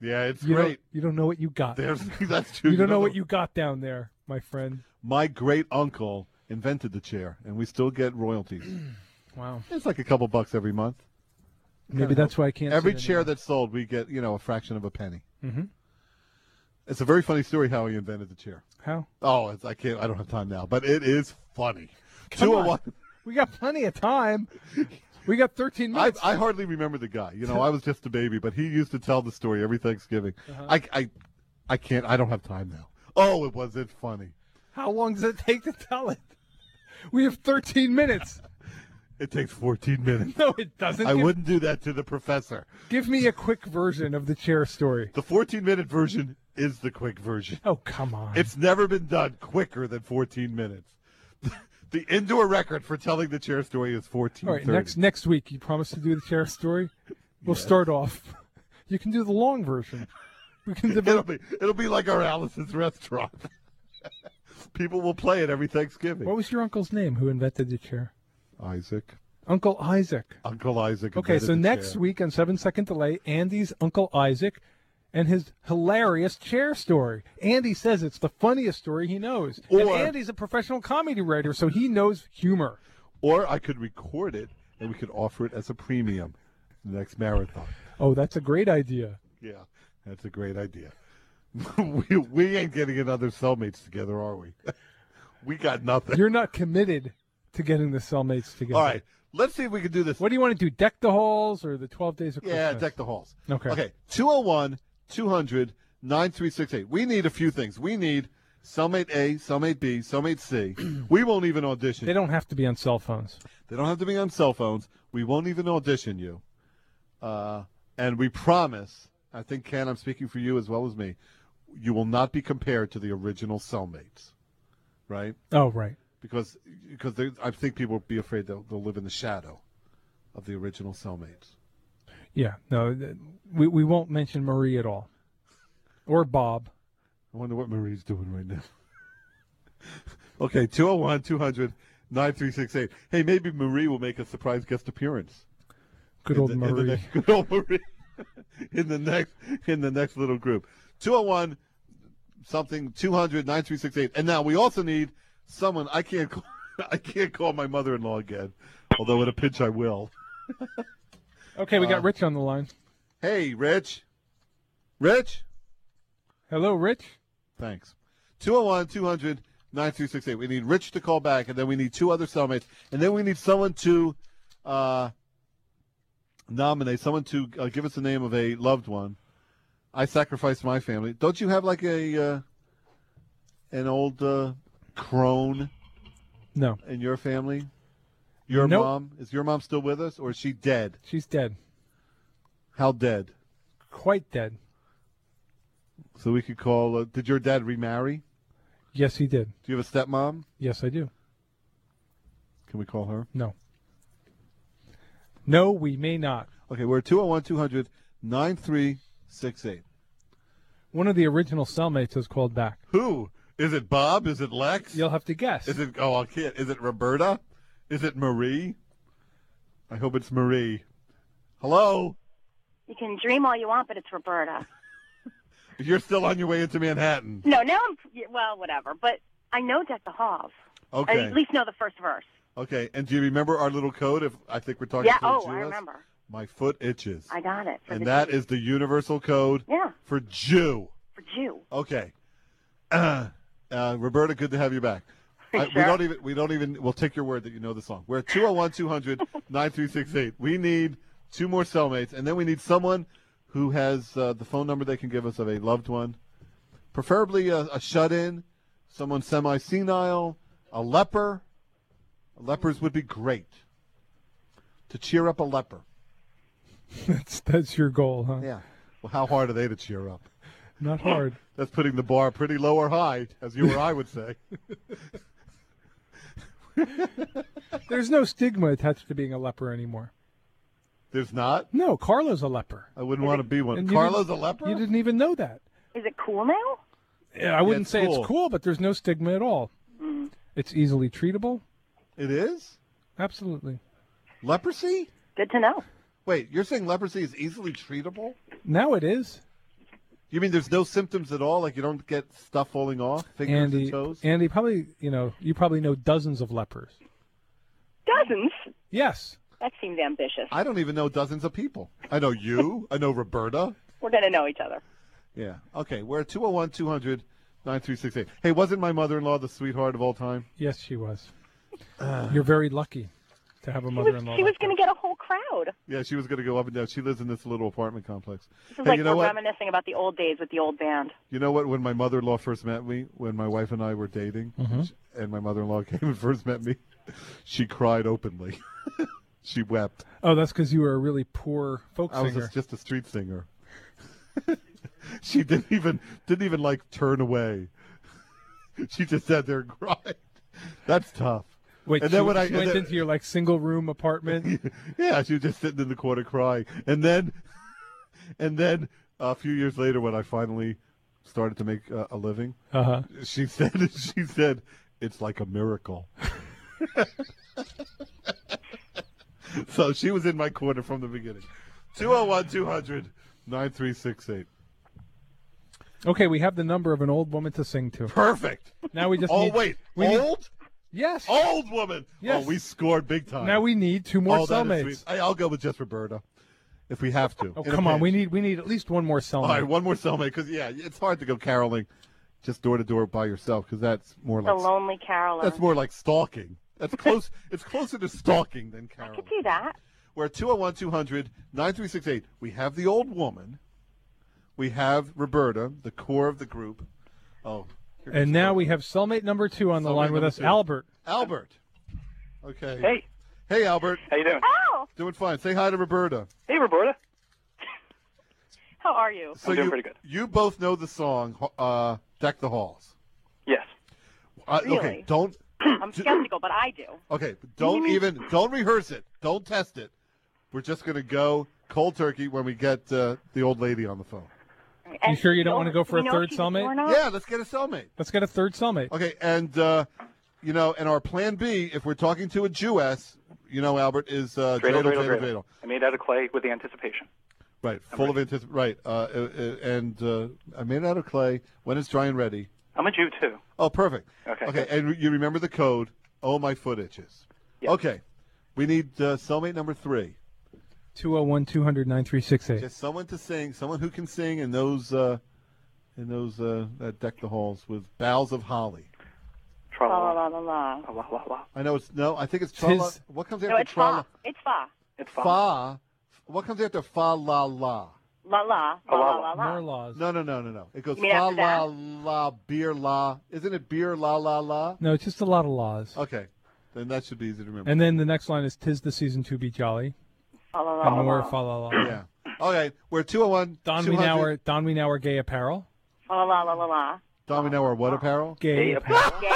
Speaker 1: Yeah, it's
Speaker 2: you Don't,
Speaker 1: great.
Speaker 2: you don't know what you got.
Speaker 1: There's <laughs> that's true.
Speaker 2: you don't know what you got down there, my friend.
Speaker 1: My great uncle invented the chair, and we still get royalties.
Speaker 2: Wow.
Speaker 1: it's like a couple bucks every month.
Speaker 2: Maybe that's why I can't.
Speaker 1: Every chair that's sold, we get you know a fraction of a penny.
Speaker 2: Mhm.
Speaker 1: It's a very funny story how he invented the chair.
Speaker 2: How?
Speaker 1: Oh, it's, I can't. I don't have time now, but it is funny. Two
Speaker 2: on.
Speaker 1: oh one.
Speaker 2: We got plenty of time. We got 13
Speaker 1: I,
Speaker 2: minutes.
Speaker 1: I hardly remember the guy. You know, I was just a baby, but he used to tell the story every Thanksgiving.
Speaker 2: Uh-huh.
Speaker 1: I, I, I can't. I don't have time now. Oh, it wasn't funny.
Speaker 2: How long does it take to tell it? We have 13 minutes.
Speaker 1: It takes 14 minutes.
Speaker 2: No, it doesn't.
Speaker 1: I
Speaker 2: give,
Speaker 1: wouldn't do that to the professor.
Speaker 2: give me a quick version of the chair story.
Speaker 1: The 14 minute version is the quick version.
Speaker 2: Oh, come on.
Speaker 1: It's never been done quicker than 14 minutes. <laughs> the indoor record for telling the chair story is 14.
Speaker 2: All right, next next week, you promise to do the chair story? We'll start off. <laughs> You can do the long version. We can
Speaker 1: It'll <laughs>
Speaker 2: develop
Speaker 1: be it'll be like our Alice's restaurant. <laughs> People will play it every Thanksgiving.
Speaker 2: What was your uncle's name who invented the chair?
Speaker 1: Isaac,
Speaker 2: Uncle Isaac.
Speaker 1: Uncle Isaac.
Speaker 2: Okay,
Speaker 1: invented
Speaker 2: so
Speaker 1: the
Speaker 2: next
Speaker 1: chair.
Speaker 2: week on Seven Second Delay, Andy's Uncle Isaac and his hilarious chair story. Andy says it's the funniest story he knows. and
Speaker 1: Or-
Speaker 2: Andy's a professional comedy writer, so he knows humor.
Speaker 1: Or I could record it and we could offer it as a premium the next marathon.
Speaker 2: Oh, that's a great idea.
Speaker 1: Yeah, that's a great idea. <laughs> we, we ain't getting another cellmates together, are we? <laughs> we got nothing.
Speaker 2: You're not committed to getting the cellmates together.
Speaker 1: All right, let's see if we can do this.
Speaker 2: What do you want to do? Deck the halls or the 12 days of
Speaker 1: yeah,
Speaker 2: Christmas?
Speaker 1: deck the halls. oh
Speaker 2: Okay.
Speaker 1: Okay, 201 200 9368. We need a few things. We need cellmate A, cellmate B, cellmate
Speaker 2: <clears throat>
Speaker 1: C. we won't even audition.
Speaker 2: They don't have to be on cell phones.
Speaker 1: They don't have to be on cell phones. We won't even audition you. Uh, and we promise, I think, Ken, I'm speaking for you as well as me, you will not be compared to the original cellmates, right?
Speaker 2: Oh, right.
Speaker 1: Because because there- I think people will be afraid they'll, they'll live in the shadow of the original cellmates.
Speaker 2: Yeah. No, th- we, we won't mention Marie at all or Bob.
Speaker 1: I wonder what Marie's doing right now. <laughs> okay, 201 200 9368. Hey, maybe Marie will make a surprise guest appearance.
Speaker 2: Good
Speaker 1: in
Speaker 2: old
Speaker 1: the- in the
Speaker 2: Marie.
Speaker 1: next- <laughs> good old Marie. in the next in the next little group. 201 something 200 9368. And now we also need someone I can't call, <laughs> I can't call my mother-in-law again. Although at a pinch I will.
Speaker 2: Okay, we
Speaker 1: Uh,
Speaker 2: got Rich on the line.
Speaker 1: Hey, Rich. Rich?
Speaker 2: Hello, Rich.
Speaker 1: Thanks. 201 200 9368. We need Rich to call back, and then we need two other cellmates, and then we need someone to uh, nominate, someone to uh, give us the name of a loved one. I sacrificed my family. Don't you have like a uh, an old uh, crone
Speaker 2: No,
Speaker 1: in your family? Your
Speaker 2: Nope.
Speaker 1: mom is your mom still with us, or is she dead?
Speaker 2: she's dead.
Speaker 1: How dead?
Speaker 2: Quite dead.
Speaker 1: So we could call. Uh, did your dad remarry?
Speaker 2: Yes, he did.
Speaker 1: Do you have a stepmom?
Speaker 2: Yes, I do.
Speaker 1: Can we call her?
Speaker 2: No. No, we may not.
Speaker 1: Okay, we're 201 200 9368.
Speaker 2: One of the original cellmates has called back.
Speaker 1: Who? Is it Bob? Is it Lex?
Speaker 2: You'll have to guess.
Speaker 1: Is it, oh, I can't. Is it Roberta? Is it Marie? I hope it's Marie. Hello?
Speaker 6: You can dream all you want, but it's Roberta.
Speaker 1: You're still on your way into Manhattan.
Speaker 6: No, now I'm yeah, well, whatever. But I know Deck the Halls. I
Speaker 1: Okay.
Speaker 6: at least know the first verse.
Speaker 1: Okay, and do you remember our little code? If I think we're talking
Speaker 6: yeah.
Speaker 1: to a
Speaker 6: Oh, I
Speaker 1: Jewess?
Speaker 6: remember.
Speaker 1: My foot itches.
Speaker 6: I got it. For
Speaker 1: and
Speaker 6: the
Speaker 1: that
Speaker 6: Jew.
Speaker 1: is the universal code
Speaker 6: yeah
Speaker 1: for Jew.
Speaker 6: for Jew.
Speaker 1: Okay. <clears throat> Uh, uh, Roberta, good to have you back. I- We
Speaker 6: Sure.
Speaker 1: don't even. We don't even. We'll take your word that you know the song. We're at 201 200 9368. We need two more cellmates, and then we need someone who has uh, the phone number they can give us of a loved one, preferably a, a shut in, someone semi senile, a leper. Lepers would be great to cheer up a leper.
Speaker 2: <laughs> that's, that's your goal, huh?
Speaker 1: Yeah. Well, how hard are they to cheer up?
Speaker 2: Not hard.
Speaker 1: That's putting the bar pretty low or high, as you or I would say.
Speaker 2: There's no stigma attached to being a leper anymore.
Speaker 1: There's not.
Speaker 2: No, Carlo's a leper.
Speaker 1: I wouldn't want to be one.
Speaker 2: And you
Speaker 1: Carla's a
Speaker 2: didn't-
Speaker 1: leper.
Speaker 2: You didn't even know that.
Speaker 6: Is it cool now?
Speaker 2: Yeah, I wouldn't
Speaker 1: it's
Speaker 2: say
Speaker 1: cool.
Speaker 2: it's cool, but there's no stigma at all.
Speaker 6: Mm-hmm.
Speaker 2: It's easily treatable.
Speaker 1: It is
Speaker 2: Absolutely.
Speaker 1: leprosy.
Speaker 6: Good to know.
Speaker 1: Wait, you're saying leprosy is easily treatable?
Speaker 2: Now it is.
Speaker 1: You mean there's no symptoms at all? Like you don't get stuff falling off, fingers and
Speaker 2: Andy,
Speaker 1: toes?
Speaker 2: Andy, probably, you know, you probably know dozens of lepers.
Speaker 6: Dozens.
Speaker 2: Yes.
Speaker 6: That seems ambitious.
Speaker 1: I don't even know dozens of people. I know you.
Speaker 2: <laughs>
Speaker 1: I know Roberta.
Speaker 6: We're gonna know each other.
Speaker 1: Yeah. Okay. We're at 201 200 9368. Hey, wasn't my mother in law the sweetheart of all time?
Speaker 2: Yes,
Speaker 1: <sighs>
Speaker 2: she was. You're very lucky to have a
Speaker 6: She was,
Speaker 2: mother-in-law.
Speaker 6: she was
Speaker 2: like
Speaker 6: gonna get a whole crowd.
Speaker 1: Yeah, she was going to go up and down. She lives in this little apartment complex.
Speaker 6: This is
Speaker 1: hey,
Speaker 6: like
Speaker 1: you know
Speaker 6: we're
Speaker 1: what?
Speaker 6: reminiscing about the old days with the old band.
Speaker 1: You know what? When my mother-in-law first met me, when my wife and I were dating, and my mother-in-law <laughs> came and first met me, she cried openly. <laughs> she wept.
Speaker 2: that. Oh, that's because you were a really poor folk
Speaker 1: I was
Speaker 2: singer.
Speaker 1: just, just a street singer. <laughs> she didn't even didn't even like turn away. <laughs> she just sat there and cried. <laughs> That's tough. <laughs>
Speaker 2: Wait,
Speaker 1: and
Speaker 2: she,
Speaker 1: then when I-
Speaker 2: she
Speaker 1: and
Speaker 2: went
Speaker 1: then-
Speaker 2: into your like single
Speaker 1: <laughs>
Speaker 2: room apartment.
Speaker 1: yeah, she was just sitting in the corner crying. And then, <laughs> and then a few years later, when I finally started to make uh, a living,
Speaker 2: Uh huh.
Speaker 1: she said <laughs> she said it's like a miracle <laughs> so she was in my corner from the beginning 201 200 9368
Speaker 2: Okay, we have the number of an old woman to sing to.
Speaker 1: perfect
Speaker 2: Now we just
Speaker 1: oh
Speaker 2: need.
Speaker 1: wait
Speaker 2: we need-
Speaker 1: old
Speaker 2: Yes.
Speaker 1: old woman
Speaker 2: Yes.
Speaker 1: oh we scored big time
Speaker 2: Now we need two more
Speaker 1: oh, that is
Speaker 2: cellmates.
Speaker 1: sweet. I, i'll go with just roberta if we have to
Speaker 2: Oh,
Speaker 1: In a
Speaker 2: come on. We
Speaker 1: pinch.
Speaker 2: need we need at least one more cellmate.
Speaker 1: all right one more cellmate because yeah it's hard to go caroling just door to door by yourself because that's more
Speaker 6: The
Speaker 1: like
Speaker 6: Lonely Caroline.
Speaker 1: that's more like stalking that's close it's closer to stalking than
Speaker 6: I
Speaker 1: caroling
Speaker 6: could do that.
Speaker 1: We're at 201 200 9368. We have the old woman. We have Roberta, the core of the group. Oh,
Speaker 2: And now we have cellmate number two on the
Speaker 1: Cellmate
Speaker 2: line with
Speaker 1: number
Speaker 2: us,
Speaker 1: two.
Speaker 2: Albert.
Speaker 1: Albert. Okay.
Speaker 10: Hey.
Speaker 1: Hey, Albert.
Speaker 10: How you doing?
Speaker 6: Oh,
Speaker 1: Doing fine. Say hi to Roberta.
Speaker 10: Hey, Roberta.
Speaker 6: how are you?
Speaker 1: So
Speaker 10: doing
Speaker 1: you,
Speaker 10: pretty good.
Speaker 1: You both know the song uh, "Deck the Halls."
Speaker 10: Yes.
Speaker 1: Uh, Okay.
Speaker 6: Really?
Speaker 1: Don't.
Speaker 6: I'm skeptical, but I do.
Speaker 1: Okay. Don't even. Don't rehearse it. Don't test it. We're just gonna go cold turkey when we get uh, the old lady on the phone.
Speaker 2: You sure you don't want to go for a
Speaker 6: we know if
Speaker 2: third
Speaker 6: she's a
Speaker 2: cellmate?
Speaker 6: doorknob?
Speaker 1: Yeah. Let's get a cellmate.
Speaker 2: Let's get a third cellmate.
Speaker 1: Okay. And uh, you know, and our plan B, if we're talking to a Jewess, you know, Albert is uh,
Speaker 10: Dreidel, dreidel,
Speaker 1: dreidel,
Speaker 10: dreidel.
Speaker 1: dreidel.
Speaker 10: I made out of clay with the anticipation.
Speaker 1: Right, full of anticipation. Right, uh, uh, uh, and uh, I made it out of clay when it's dry and ready.
Speaker 10: I'm a Jew too.
Speaker 1: Oh, perfect.
Speaker 10: Okay.
Speaker 1: Okay, and you remember the code? Oh, my foot itches.
Speaker 10: Yeah.
Speaker 1: Okay, we need uh, cellmate number three.
Speaker 2: 201 200 9368.
Speaker 1: Just someone to sing, someone who can sing in those, uh, in those uh, that deck the halls with boughs of holly.
Speaker 10: Tra
Speaker 6: La
Speaker 10: la la
Speaker 6: la la la.
Speaker 10: la la la.
Speaker 1: I know it's no. I think it's tra.
Speaker 2: Tis-
Speaker 1: What comes
Speaker 6: No,
Speaker 1: after
Speaker 6: it's
Speaker 1: tra?
Speaker 6: fa. It's fa.
Speaker 10: It's fine.
Speaker 1: Fa. What comes after fa la la?
Speaker 6: La la la la la la.
Speaker 2: More laws.
Speaker 1: No, no, no, no, no. It goes
Speaker 6: You mean
Speaker 1: fa
Speaker 6: after
Speaker 1: la
Speaker 6: that?
Speaker 1: la beer la. Isn't it beer la la la?
Speaker 2: No, it's just a lot of laws.
Speaker 1: Okay, then that should be easy to remember.
Speaker 2: And then the next line is "Tis the season to be jolly."
Speaker 6: Fa la la
Speaker 2: And
Speaker 6: la
Speaker 2: more
Speaker 6: la.
Speaker 2: fa la la.
Speaker 1: yeah. Okay, we're 201.
Speaker 2: Don we
Speaker 1: 200
Speaker 2: now are Don we now are gay apparel.
Speaker 6: Fa la la la la la.
Speaker 1: Don we now are what apparel?
Speaker 2: Gay
Speaker 10: Gay
Speaker 2: apparel.
Speaker 6: Gay.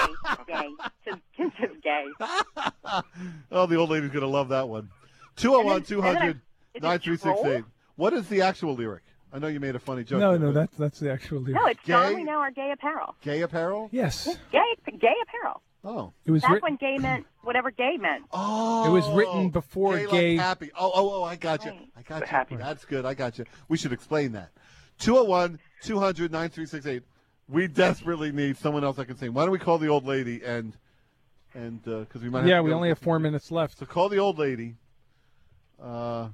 Speaker 6: Gay. Just, just, just
Speaker 2: <laughs>
Speaker 6: gay.
Speaker 1: oh, the old lady's going to love that
Speaker 6: And
Speaker 1: one. 201
Speaker 6: then- and then I-
Speaker 1: 200
Speaker 6: Is it
Speaker 1: 9368.
Speaker 6: troll?
Speaker 1: What is the actual lyric? I know you made a funny joke.
Speaker 2: No,
Speaker 1: there,
Speaker 2: no,
Speaker 1: but-
Speaker 2: that's that's the actual lyric.
Speaker 6: No, it's
Speaker 1: Gay?
Speaker 6: Don We Now Our Gay Apparel.
Speaker 1: Gay apparel?
Speaker 2: yes,
Speaker 6: Gay, gay apparel.
Speaker 1: Oh.
Speaker 2: it was
Speaker 6: That's
Speaker 2: written.
Speaker 6: when gay meant whatever gay meant.
Speaker 1: Oh.
Speaker 2: It was written before
Speaker 1: gay.
Speaker 2: gay-
Speaker 1: Like happy. Oh, oh, oh, I got you.
Speaker 6: Right.
Speaker 1: I got
Speaker 10: The
Speaker 1: you.
Speaker 10: happy.
Speaker 1: That's good. I got you. We should explain that. 201 200 9368. We desperately need someone else that can sing. Why don't we call the old lady and. And because we might have
Speaker 2: Yeah,
Speaker 1: to
Speaker 2: we
Speaker 1: go-
Speaker 2: only have four minutes left.
Speaker 1: So call the old lady. Uh,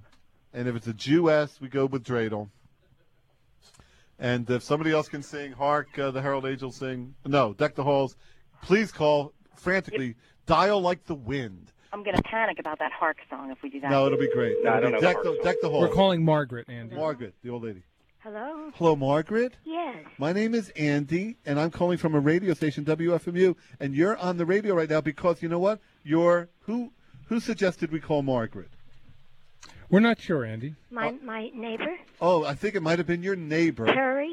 Speaker 1: and if it's a Jewess, we go with dreidel. And if somebody else can sing, hark, uh, the Herald Angels sing. No, deck the halls. Please call frantically. Dial like the wind.
Speaker 6: I'm going to panic about that Hark song if we do that.
Speaker 1: No, it'll be great.
Speaker 10: No, I
Speaker 1: It'll
Speaker 10: don't
Speaker 1: be
Speaker 10: know
Speaker 1: deck,
Speaker 10: what
Speaker 1: the,
Speaker 10: hark
Speaker 1: deck the halls.
Speaker 2: We're calling Margaret, Andy.
Speaker 1: Margaret, the old lady.
Speaker 11: Hello?
Speaker 1: Hello, Margaret.
Speaker 11: Yes.
Speaker 1: My name is Andy, and I'm calling from a radio station, WFMU. And you're on the radio right now because you know what? You're who? Who suggested we call Margaret?
Speaker 2: We're not sure, Andy.
Speaker 11: My my neighbor,
Speaker 1: Oh, I think it might have been your neighbor.
Speaker 11: Terry.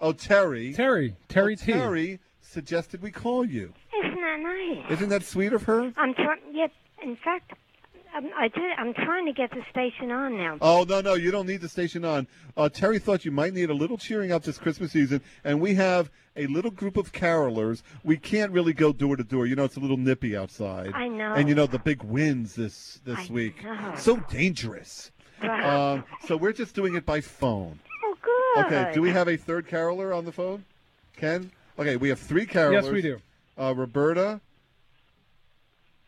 Speaker 1: Oh, Terry. Oh,
Speaker 2: Terry, Terry T.
Speaker 1: Terry suggested we call you.
Speaker 11: Isn't that nice?
Speaker 1: Isn't that sweet of her?
Speaker 11: I'm trying. Yep. In fact, I'm, I did. I'm trying to get the station on now.
Speaker 1: Oh, no, no, you don't need the station on. Uh, Terry thought you might need a little cheering up this Christmas season, and we have a little group of carolers. We can't really go door to door. You know, it's a little nippy outside.
Speaker 11: I know.
Speaker 1: And you know, the big winds this, this
Speaker 11: I
Speaker 1: week.
Speaker 11: know.
Speaker 1: So dangerous.
Speaker 11: Right.
Speaker 1: Um, so we're just doing it by phone.
Speaker 11: oh, good.
Speaker 1: Okay, do we have a third caroler on the phone? Ken? Okay, we have three carolers.
Speaker 2: Yes, we do.
Speaker 1: uh, Roberta,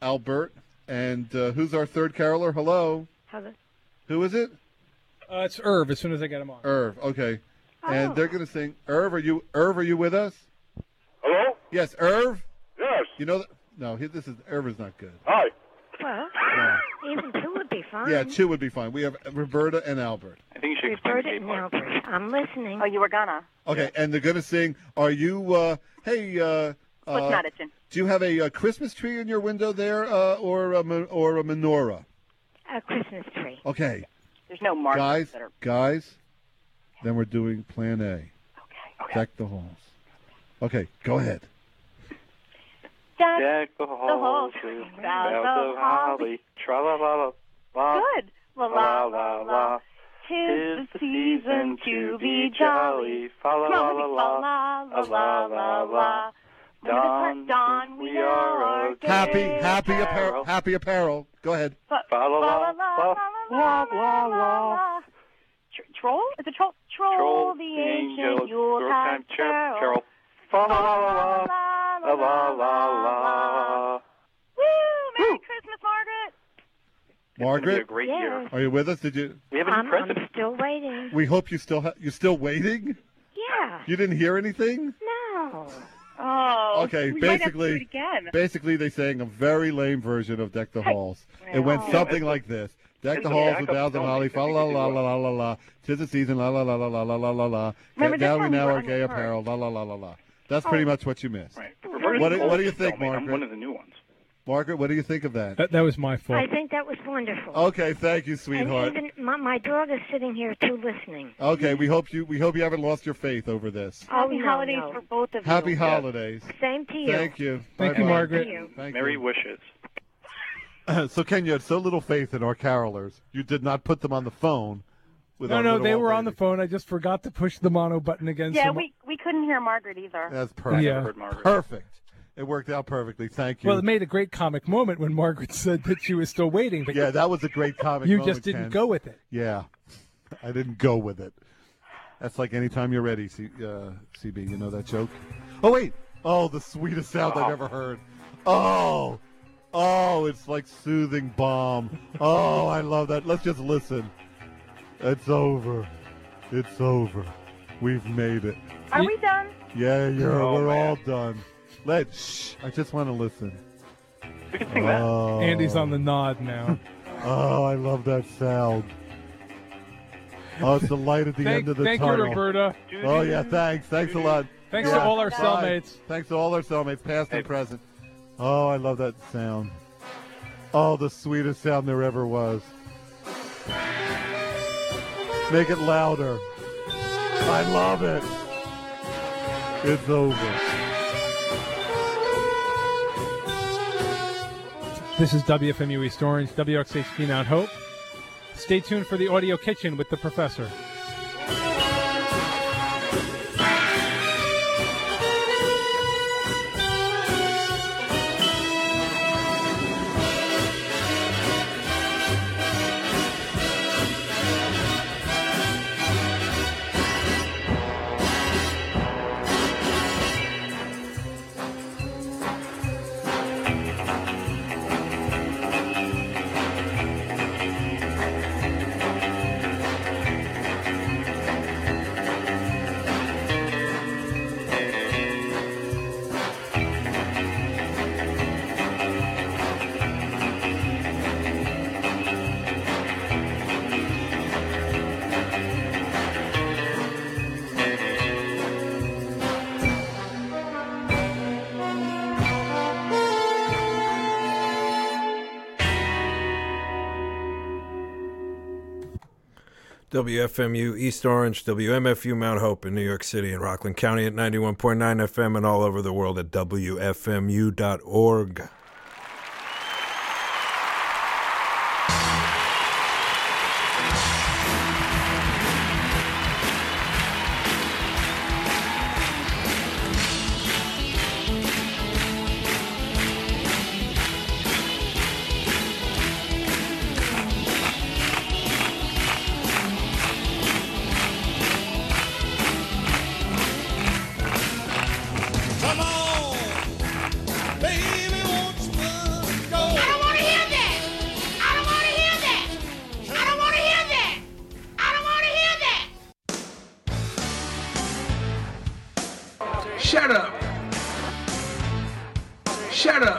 Speaker 1: Albert, and uh, who's our third caroler? Hello,
Speaker 11: Hello.
Speaker 1: who is it?
Speaker 2: Uh, it's Irv. As soon as I get him on.
Speaker 1: Irv. Okay, and
Speaker 11: Oh.
Speaker 1: they're gonna sing. Irv, are you? Irv, are you with us?
Speaker 7: Hello?
Speaker 1: Yes, Irv.
Speaker 7: Yes.
Speaker 1: You know, th- no, he, this is Irv is not good.
Speaker 7: Hi.
Speaker 11: Well,
Speaker 1: No.
Speaker 11: even two would be fine.
Speaker 1: Yeah, two would be fine. We have Roberta and Albert.
Speaker 10: I think you should explain
Speaker 11: Roberta
Speaker 10: the gay
Speaker 11: and Albert.
Speaker 10: part.
Speaker 11: I'm listening.
Speaker 6: Oh, you were gonna.
Speaker 1: Okay, and they're gonna sing. Are you? Uh, hey. Uh,
Speaker 6: What's
Speaker 1: uh,
Speaker 6: not itching?
Speaker 1: do you have a, uh Christmas tree in your window there, uh, or a, men- or a menorah?
Speaker 11: A Christmas tree.
Speaker 1: Okay,
Speaker 6: There's no marks
Speaker 1: guys,
Speaker 6: that are
Speaker 1: guys. Then we're doing Plan A.
Speaker 6: okay.
Speaker 1: Deck the halls. Okay, go ahead.
Speaker 6: That's
Speaker 10: Deck the halls with
Speaker 6: with
Speaker 10: boughs
Speaker 6: boughs
Speaker 10: of
Speaker 6: of
Speaker 10: holly. Tra la la la la.
Speaker 6: good. La
Speaker 10: La la la.
Speaker 6: Tis
Speaker 10: Tis
Speaker 6: the season to be jolly.
Speaker 10: Fa la
Speaker 6: No,
Speaker 10: la
Speaker 6: it'll
Speaker 10: la
Speaker 6: be
Speaker 10: la.
Speaker 6: fa la la la la. Remember the part?
Speaker 10: Don,
Speaker 6: Don, we
Speaker 10: we
Speaker 6: now
Speaker 10: are
Speaker 6: are
Speaker 10: a
Speaker 6: gay.
Speaker 1: Happy, happy apparel.
Speaker 10: Apparel.
Speaker 1: Happy apparel. Go ahead.
Speaker 6: Fa-
Speaker 10: Fa la
Speaker 6: fa
Speaker 10: la la la la la.
Speaker 6: la. Tr- Troll? It's a troll. Troll
Speaker 10: Troll
Speaker 6: the
Speaker 10: Yuletide
Speaker 6: ancient Yuletide carol.
Speaker 10: carol. Fa la
Speaker 6: La
Speaker 10: la la la la la la.
Speaker 6: Woo! Merry Christmas, Margaret.
Speaker 1: Margaret,
Speaker 10: It's gonna be a great
Speaker 11: Yes.
Speaker 10: year.
Speaker 1: are you with us? Did you?
Speaker 10: We have a new
Speaker 11: I'm, I'm
Speaker 10: president.
Speaker 11: still waiting.
Speaker 1: We hope you still ha- you're still waiting.
Speaker 11: Yeah.
Speaker 1: You didn't hear anything.
Speaker 11: No.
Speaker 6: Oh.
Speaker 1: Okay,
Speaker 6: we might have to do it
Speaker 1: basically,
Speaker 6: again.
Speaker 1: basically they sang a very lame version of "Deck the Halls." It went
Speaker 6: Wow.
Speaker 1: something like this: "Deck
Speaker 10: It's
Speaker 1: the
Speaker 10: a
Speaker 1: halls
Speaker 10: backup
Speaker 1: with boughs of
Speaker 10: song.
Speaker 1: holly,
Speaker 10: It's
Speaker 1: fa
Speaker 10: a
Speaker 1: la
Speaker 10: good
Speaker 1: la
Speaker 10: one.
Speaker 1: la la la la. Tis the season, la la la la la la la la la la.
Speaker 6: Remember,
Speaker 1: now
Speaker 6: this
Speaker 1: we
Speaker 6: one we
Speaker 1: now
Speaker 6: were
Speaker 1: are gay
Speaker 6: unheard.
Speaker 1: apparel, la la la la la. That's pretty much what you missed.
Speaker 7: Right.
Speaker 1: What, do- what do you think,
Speaker 7: Margaret? I'm one
Speaker 1: Margaret?
Speaker 7: of the new ones.
Speaker 1: Margaret, what do you think of that?
Speaker 2: That, that was my fault.
Speaker 11: I think that was wonderful.
Speaker 1: Okay, thank you,
Speaker 11: and
Speaker 1: Oh, sweetheart.
Speaker 11: even my, my dog is sitting here too, listening.
Speaker 1: Okay, we hope you we hope you haven't lost your faith over this.
Speaker 6: Oh,
Speaker 11: Happy
Speaker 6: holidays
Speaker 11: for both of
Speaker 1: Happy holidays.
Speaker 11: Same to you.
Speaker 1: Thank you.
Speaker 2: Thank you,
Speaker 1: Bye-bye.
Speaker 2: Margaret.
Speaker 1: Thank
Speaker 7: Merry
Speaker 1: you. <clears throat>
Speaker 7: wishes.
Speaker 1: so Ken, you had so little faith in our carolers, you did not put them on the phone. With
Speaker 2: No,
Speaker 1: our
Speaker 2: no,
Speaker 1: little
Speaker 2: they
Speaker 1: old
Speaker 2: were
Speaker 1: lady.
Speaker 2: on the phone. I just forgot to push the mono button again.
Speaker 6: Yeah,
Speaker 2: so
Speaker 6: we we couldn't hear Margaret either.
Speaker 1: That's perfect.
Speaker 2: Yeah.
Speaker 1: Perfect. It worked out perfectly. Thank you.
Speaker 2: Well, it made a great comic moment when Margaret <laughs> said that she was still waiting. But
Speaker 1: yeah, that was a great comic.
Speaker 2: You
Speaker 1: moment,
Speaker 2: just didn't
Speaker 1: Ken.
Speaker 2: go with it.
Speaker 1: Yeah, I didn't go with it. That's like anytime you're ready, C- uh, CB. You know that joke? Oh wait! Oh, the sweetest sound I've ever heard. Oh, oh, it's like soothing balm. Oh, I love that. Let's just listen. It's over. It's over. We've made it.
Speaker 6: Are we done?
Speaker 1: Yeah, you're,
Speaker 7: Oh,
Speaker 1: we're
Speaker 7: man.
Speaker 1: all done. Let shh. I just want to listen.
Speaker 7: We can sing that.
Speaker 1: Oh.
Speaker 2: Andy's on the nod now.
Speaker 1: Oh, I love that sound. Oh, it's the light at <laughs> the
Speaker 2: thank
Speaker 1: end of the
Speaker 2: thank you,
Speaker 1: tunnel.
Speaker 2: Roberta.
Speaker 1: Oh yeah, thanks. Thanks a lot.
Speaker 2: Thanks
Speaker 1: Yeah,
Speaker 2: to all our
Speaker 1: bye.
Speaker 2: cellmates.
Speaker 1: Thanks to all our cellmates, past and present. Oh, I love that sound. Oh, the sweetest sound there ever was. Make it louder. I love it. It's over.
Speaker 2: This is WFMU East Orange, WXHP Mount Hope. Stay tuned for the audio kitchen with the professor.
Speaker 12: WFMU East Orange, WMFU Mount Hope in New York City and Rockland County at 91.9 FM and all over the world at WFMU.org.
Speaker 10: Come on, baby, won't you go?
Speaker 13: I don't want to hear that. I don't want to hear that. I don't want to hear that. I don't want to hear that.
Speaker 10: Shut up. Shut up.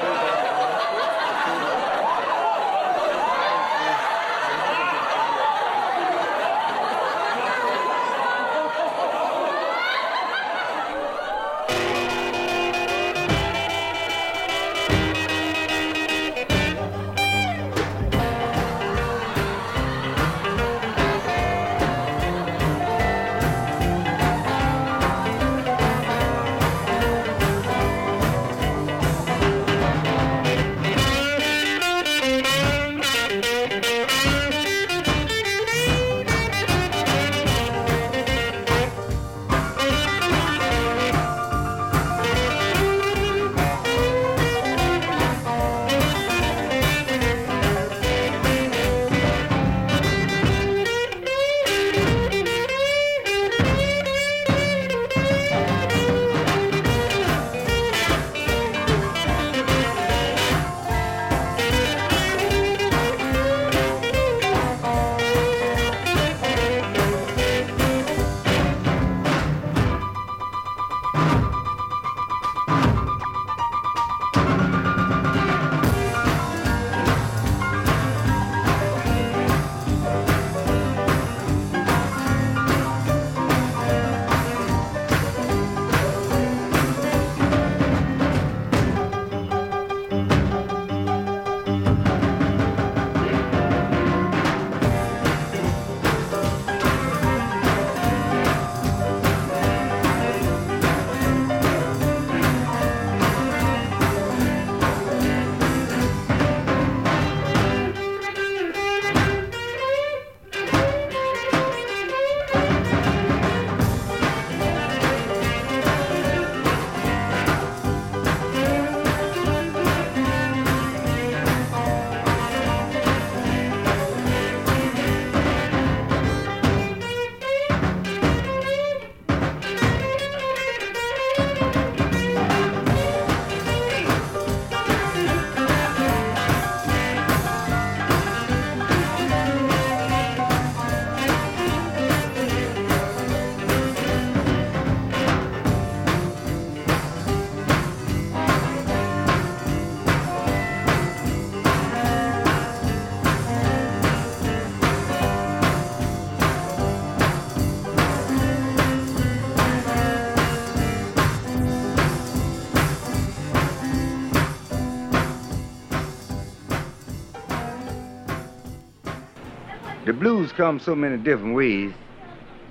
Speaker 14: The blues come so many different ways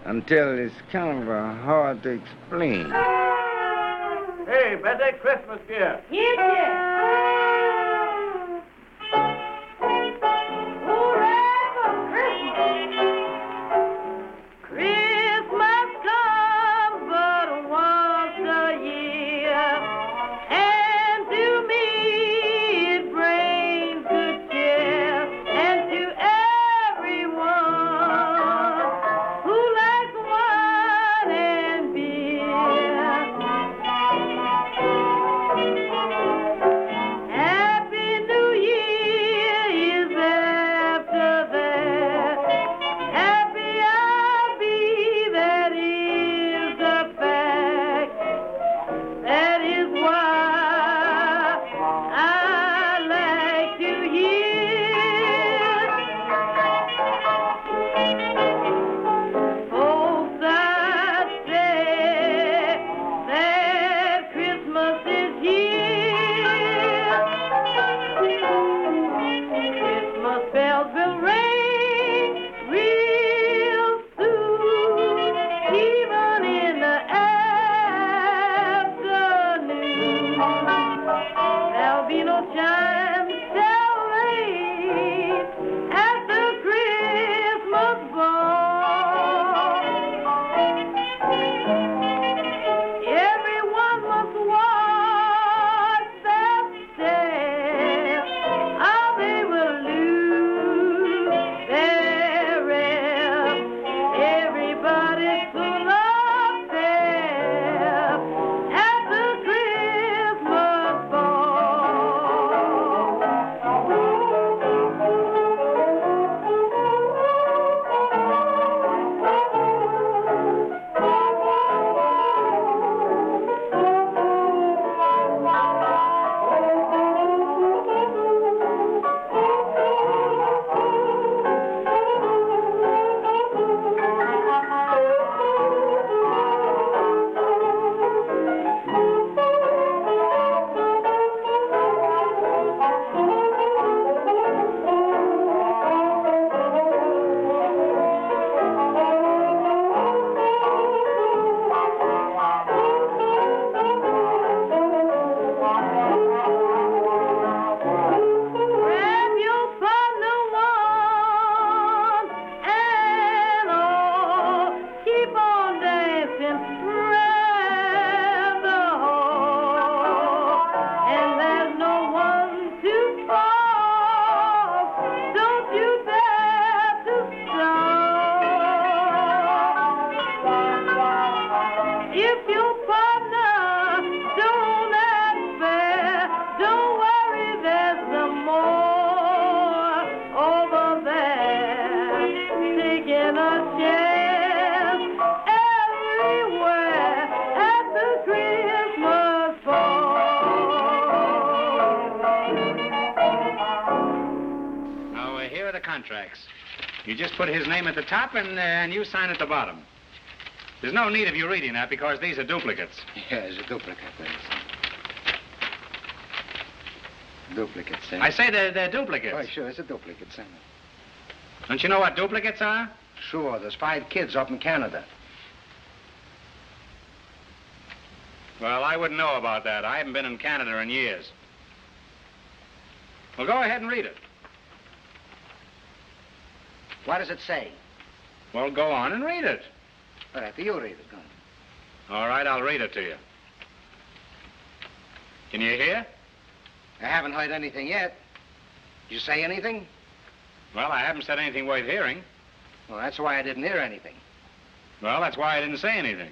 Speaker 14: until it's kind of uh, hard to explain.
Speaker 15: Hey, Betty, Christmas here.
Speaker 13: Here,
Speaker 6: Ah.
Speaker 13: Christmas comes but once a year, and to me it brings good cheer, and to everyone who likes wine and beer. Happy New Year is after that. Happy I'll be, that is the fact. That is why I like to hear folks that say that Christmas is here. Christmas bells will ring real soon, even in the afternoon. There'll be no time to celebrate at the Christmas ball. Everyone must watch their step, or they will lose their rest. Everybody's so upset at the Christmas Grab your thunder one and all. Keep on dancing round the hall. And there's no one to fall. Don't you dare to stop. If your partner don't act fair, don't worry, there's some more over there. Taking a chance everywhere at the Christmas ball.
Speaker 16: Now, uh, here are the contracts. You just put his name at the top and, uh, and you sign at the bottom. There's no need of you reading that because these are duplicates.
Speaker 14: Yeah, there's a duplicate. Duplicate, Sam.
Speaker 16: I say they're, they're duplicates.
Speaker 14: Why, sure, it's a duplicate, Sam.
Speaker 16: Don't you know what duplicates are?
Speaker 14: Sure, there's five kids up in Canada.
Speaker 16: Well, I wouldn't know about that. I haven't been in Canada in years. Well, go ahead and read it.
Speaker 14: What does it say?
Speaker 16: Well, go on and read it.
Speaker 14: All right, you read it, Gunn.
Speaker 16: All right, I'll read it to you. Can you hear?
Speaker 14: I haven't heard anything yet. Did you say anything?
Speaker 16: Well, I haven't said anything worth hearing.
Speaker 14: Well, that's why I didn't hear anything.
Speaker 16: Well, that's why I didn't say anything.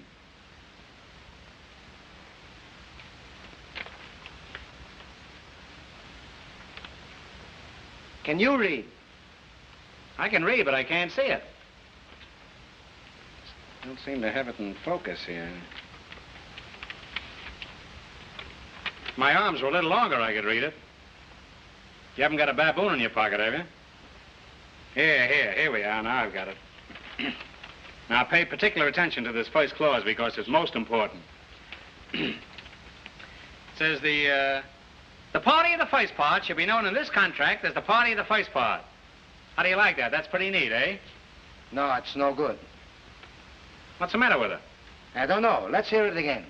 Speaker 14: Can you read?
Speaker 16: I can read, but I can't see it.
Speaker 14: Don't seem to have it in focus here.
Speaker 16: If my arms were a little longer, I could read it. You haven't got a baboon in your pocket, have you? Here, here, here we are. Now I've got it. <clears throat> now pay particular attention to this first clause because it's most important. it says the uh, the party of the first part should be known in this contract as the party of the first part. How do you like that? That's pretty neat, eh?
Speaker 14: No, it's no good.
Speaker 16: What's the matter with it?
Speaker 14: I don't know. Let's hear it again.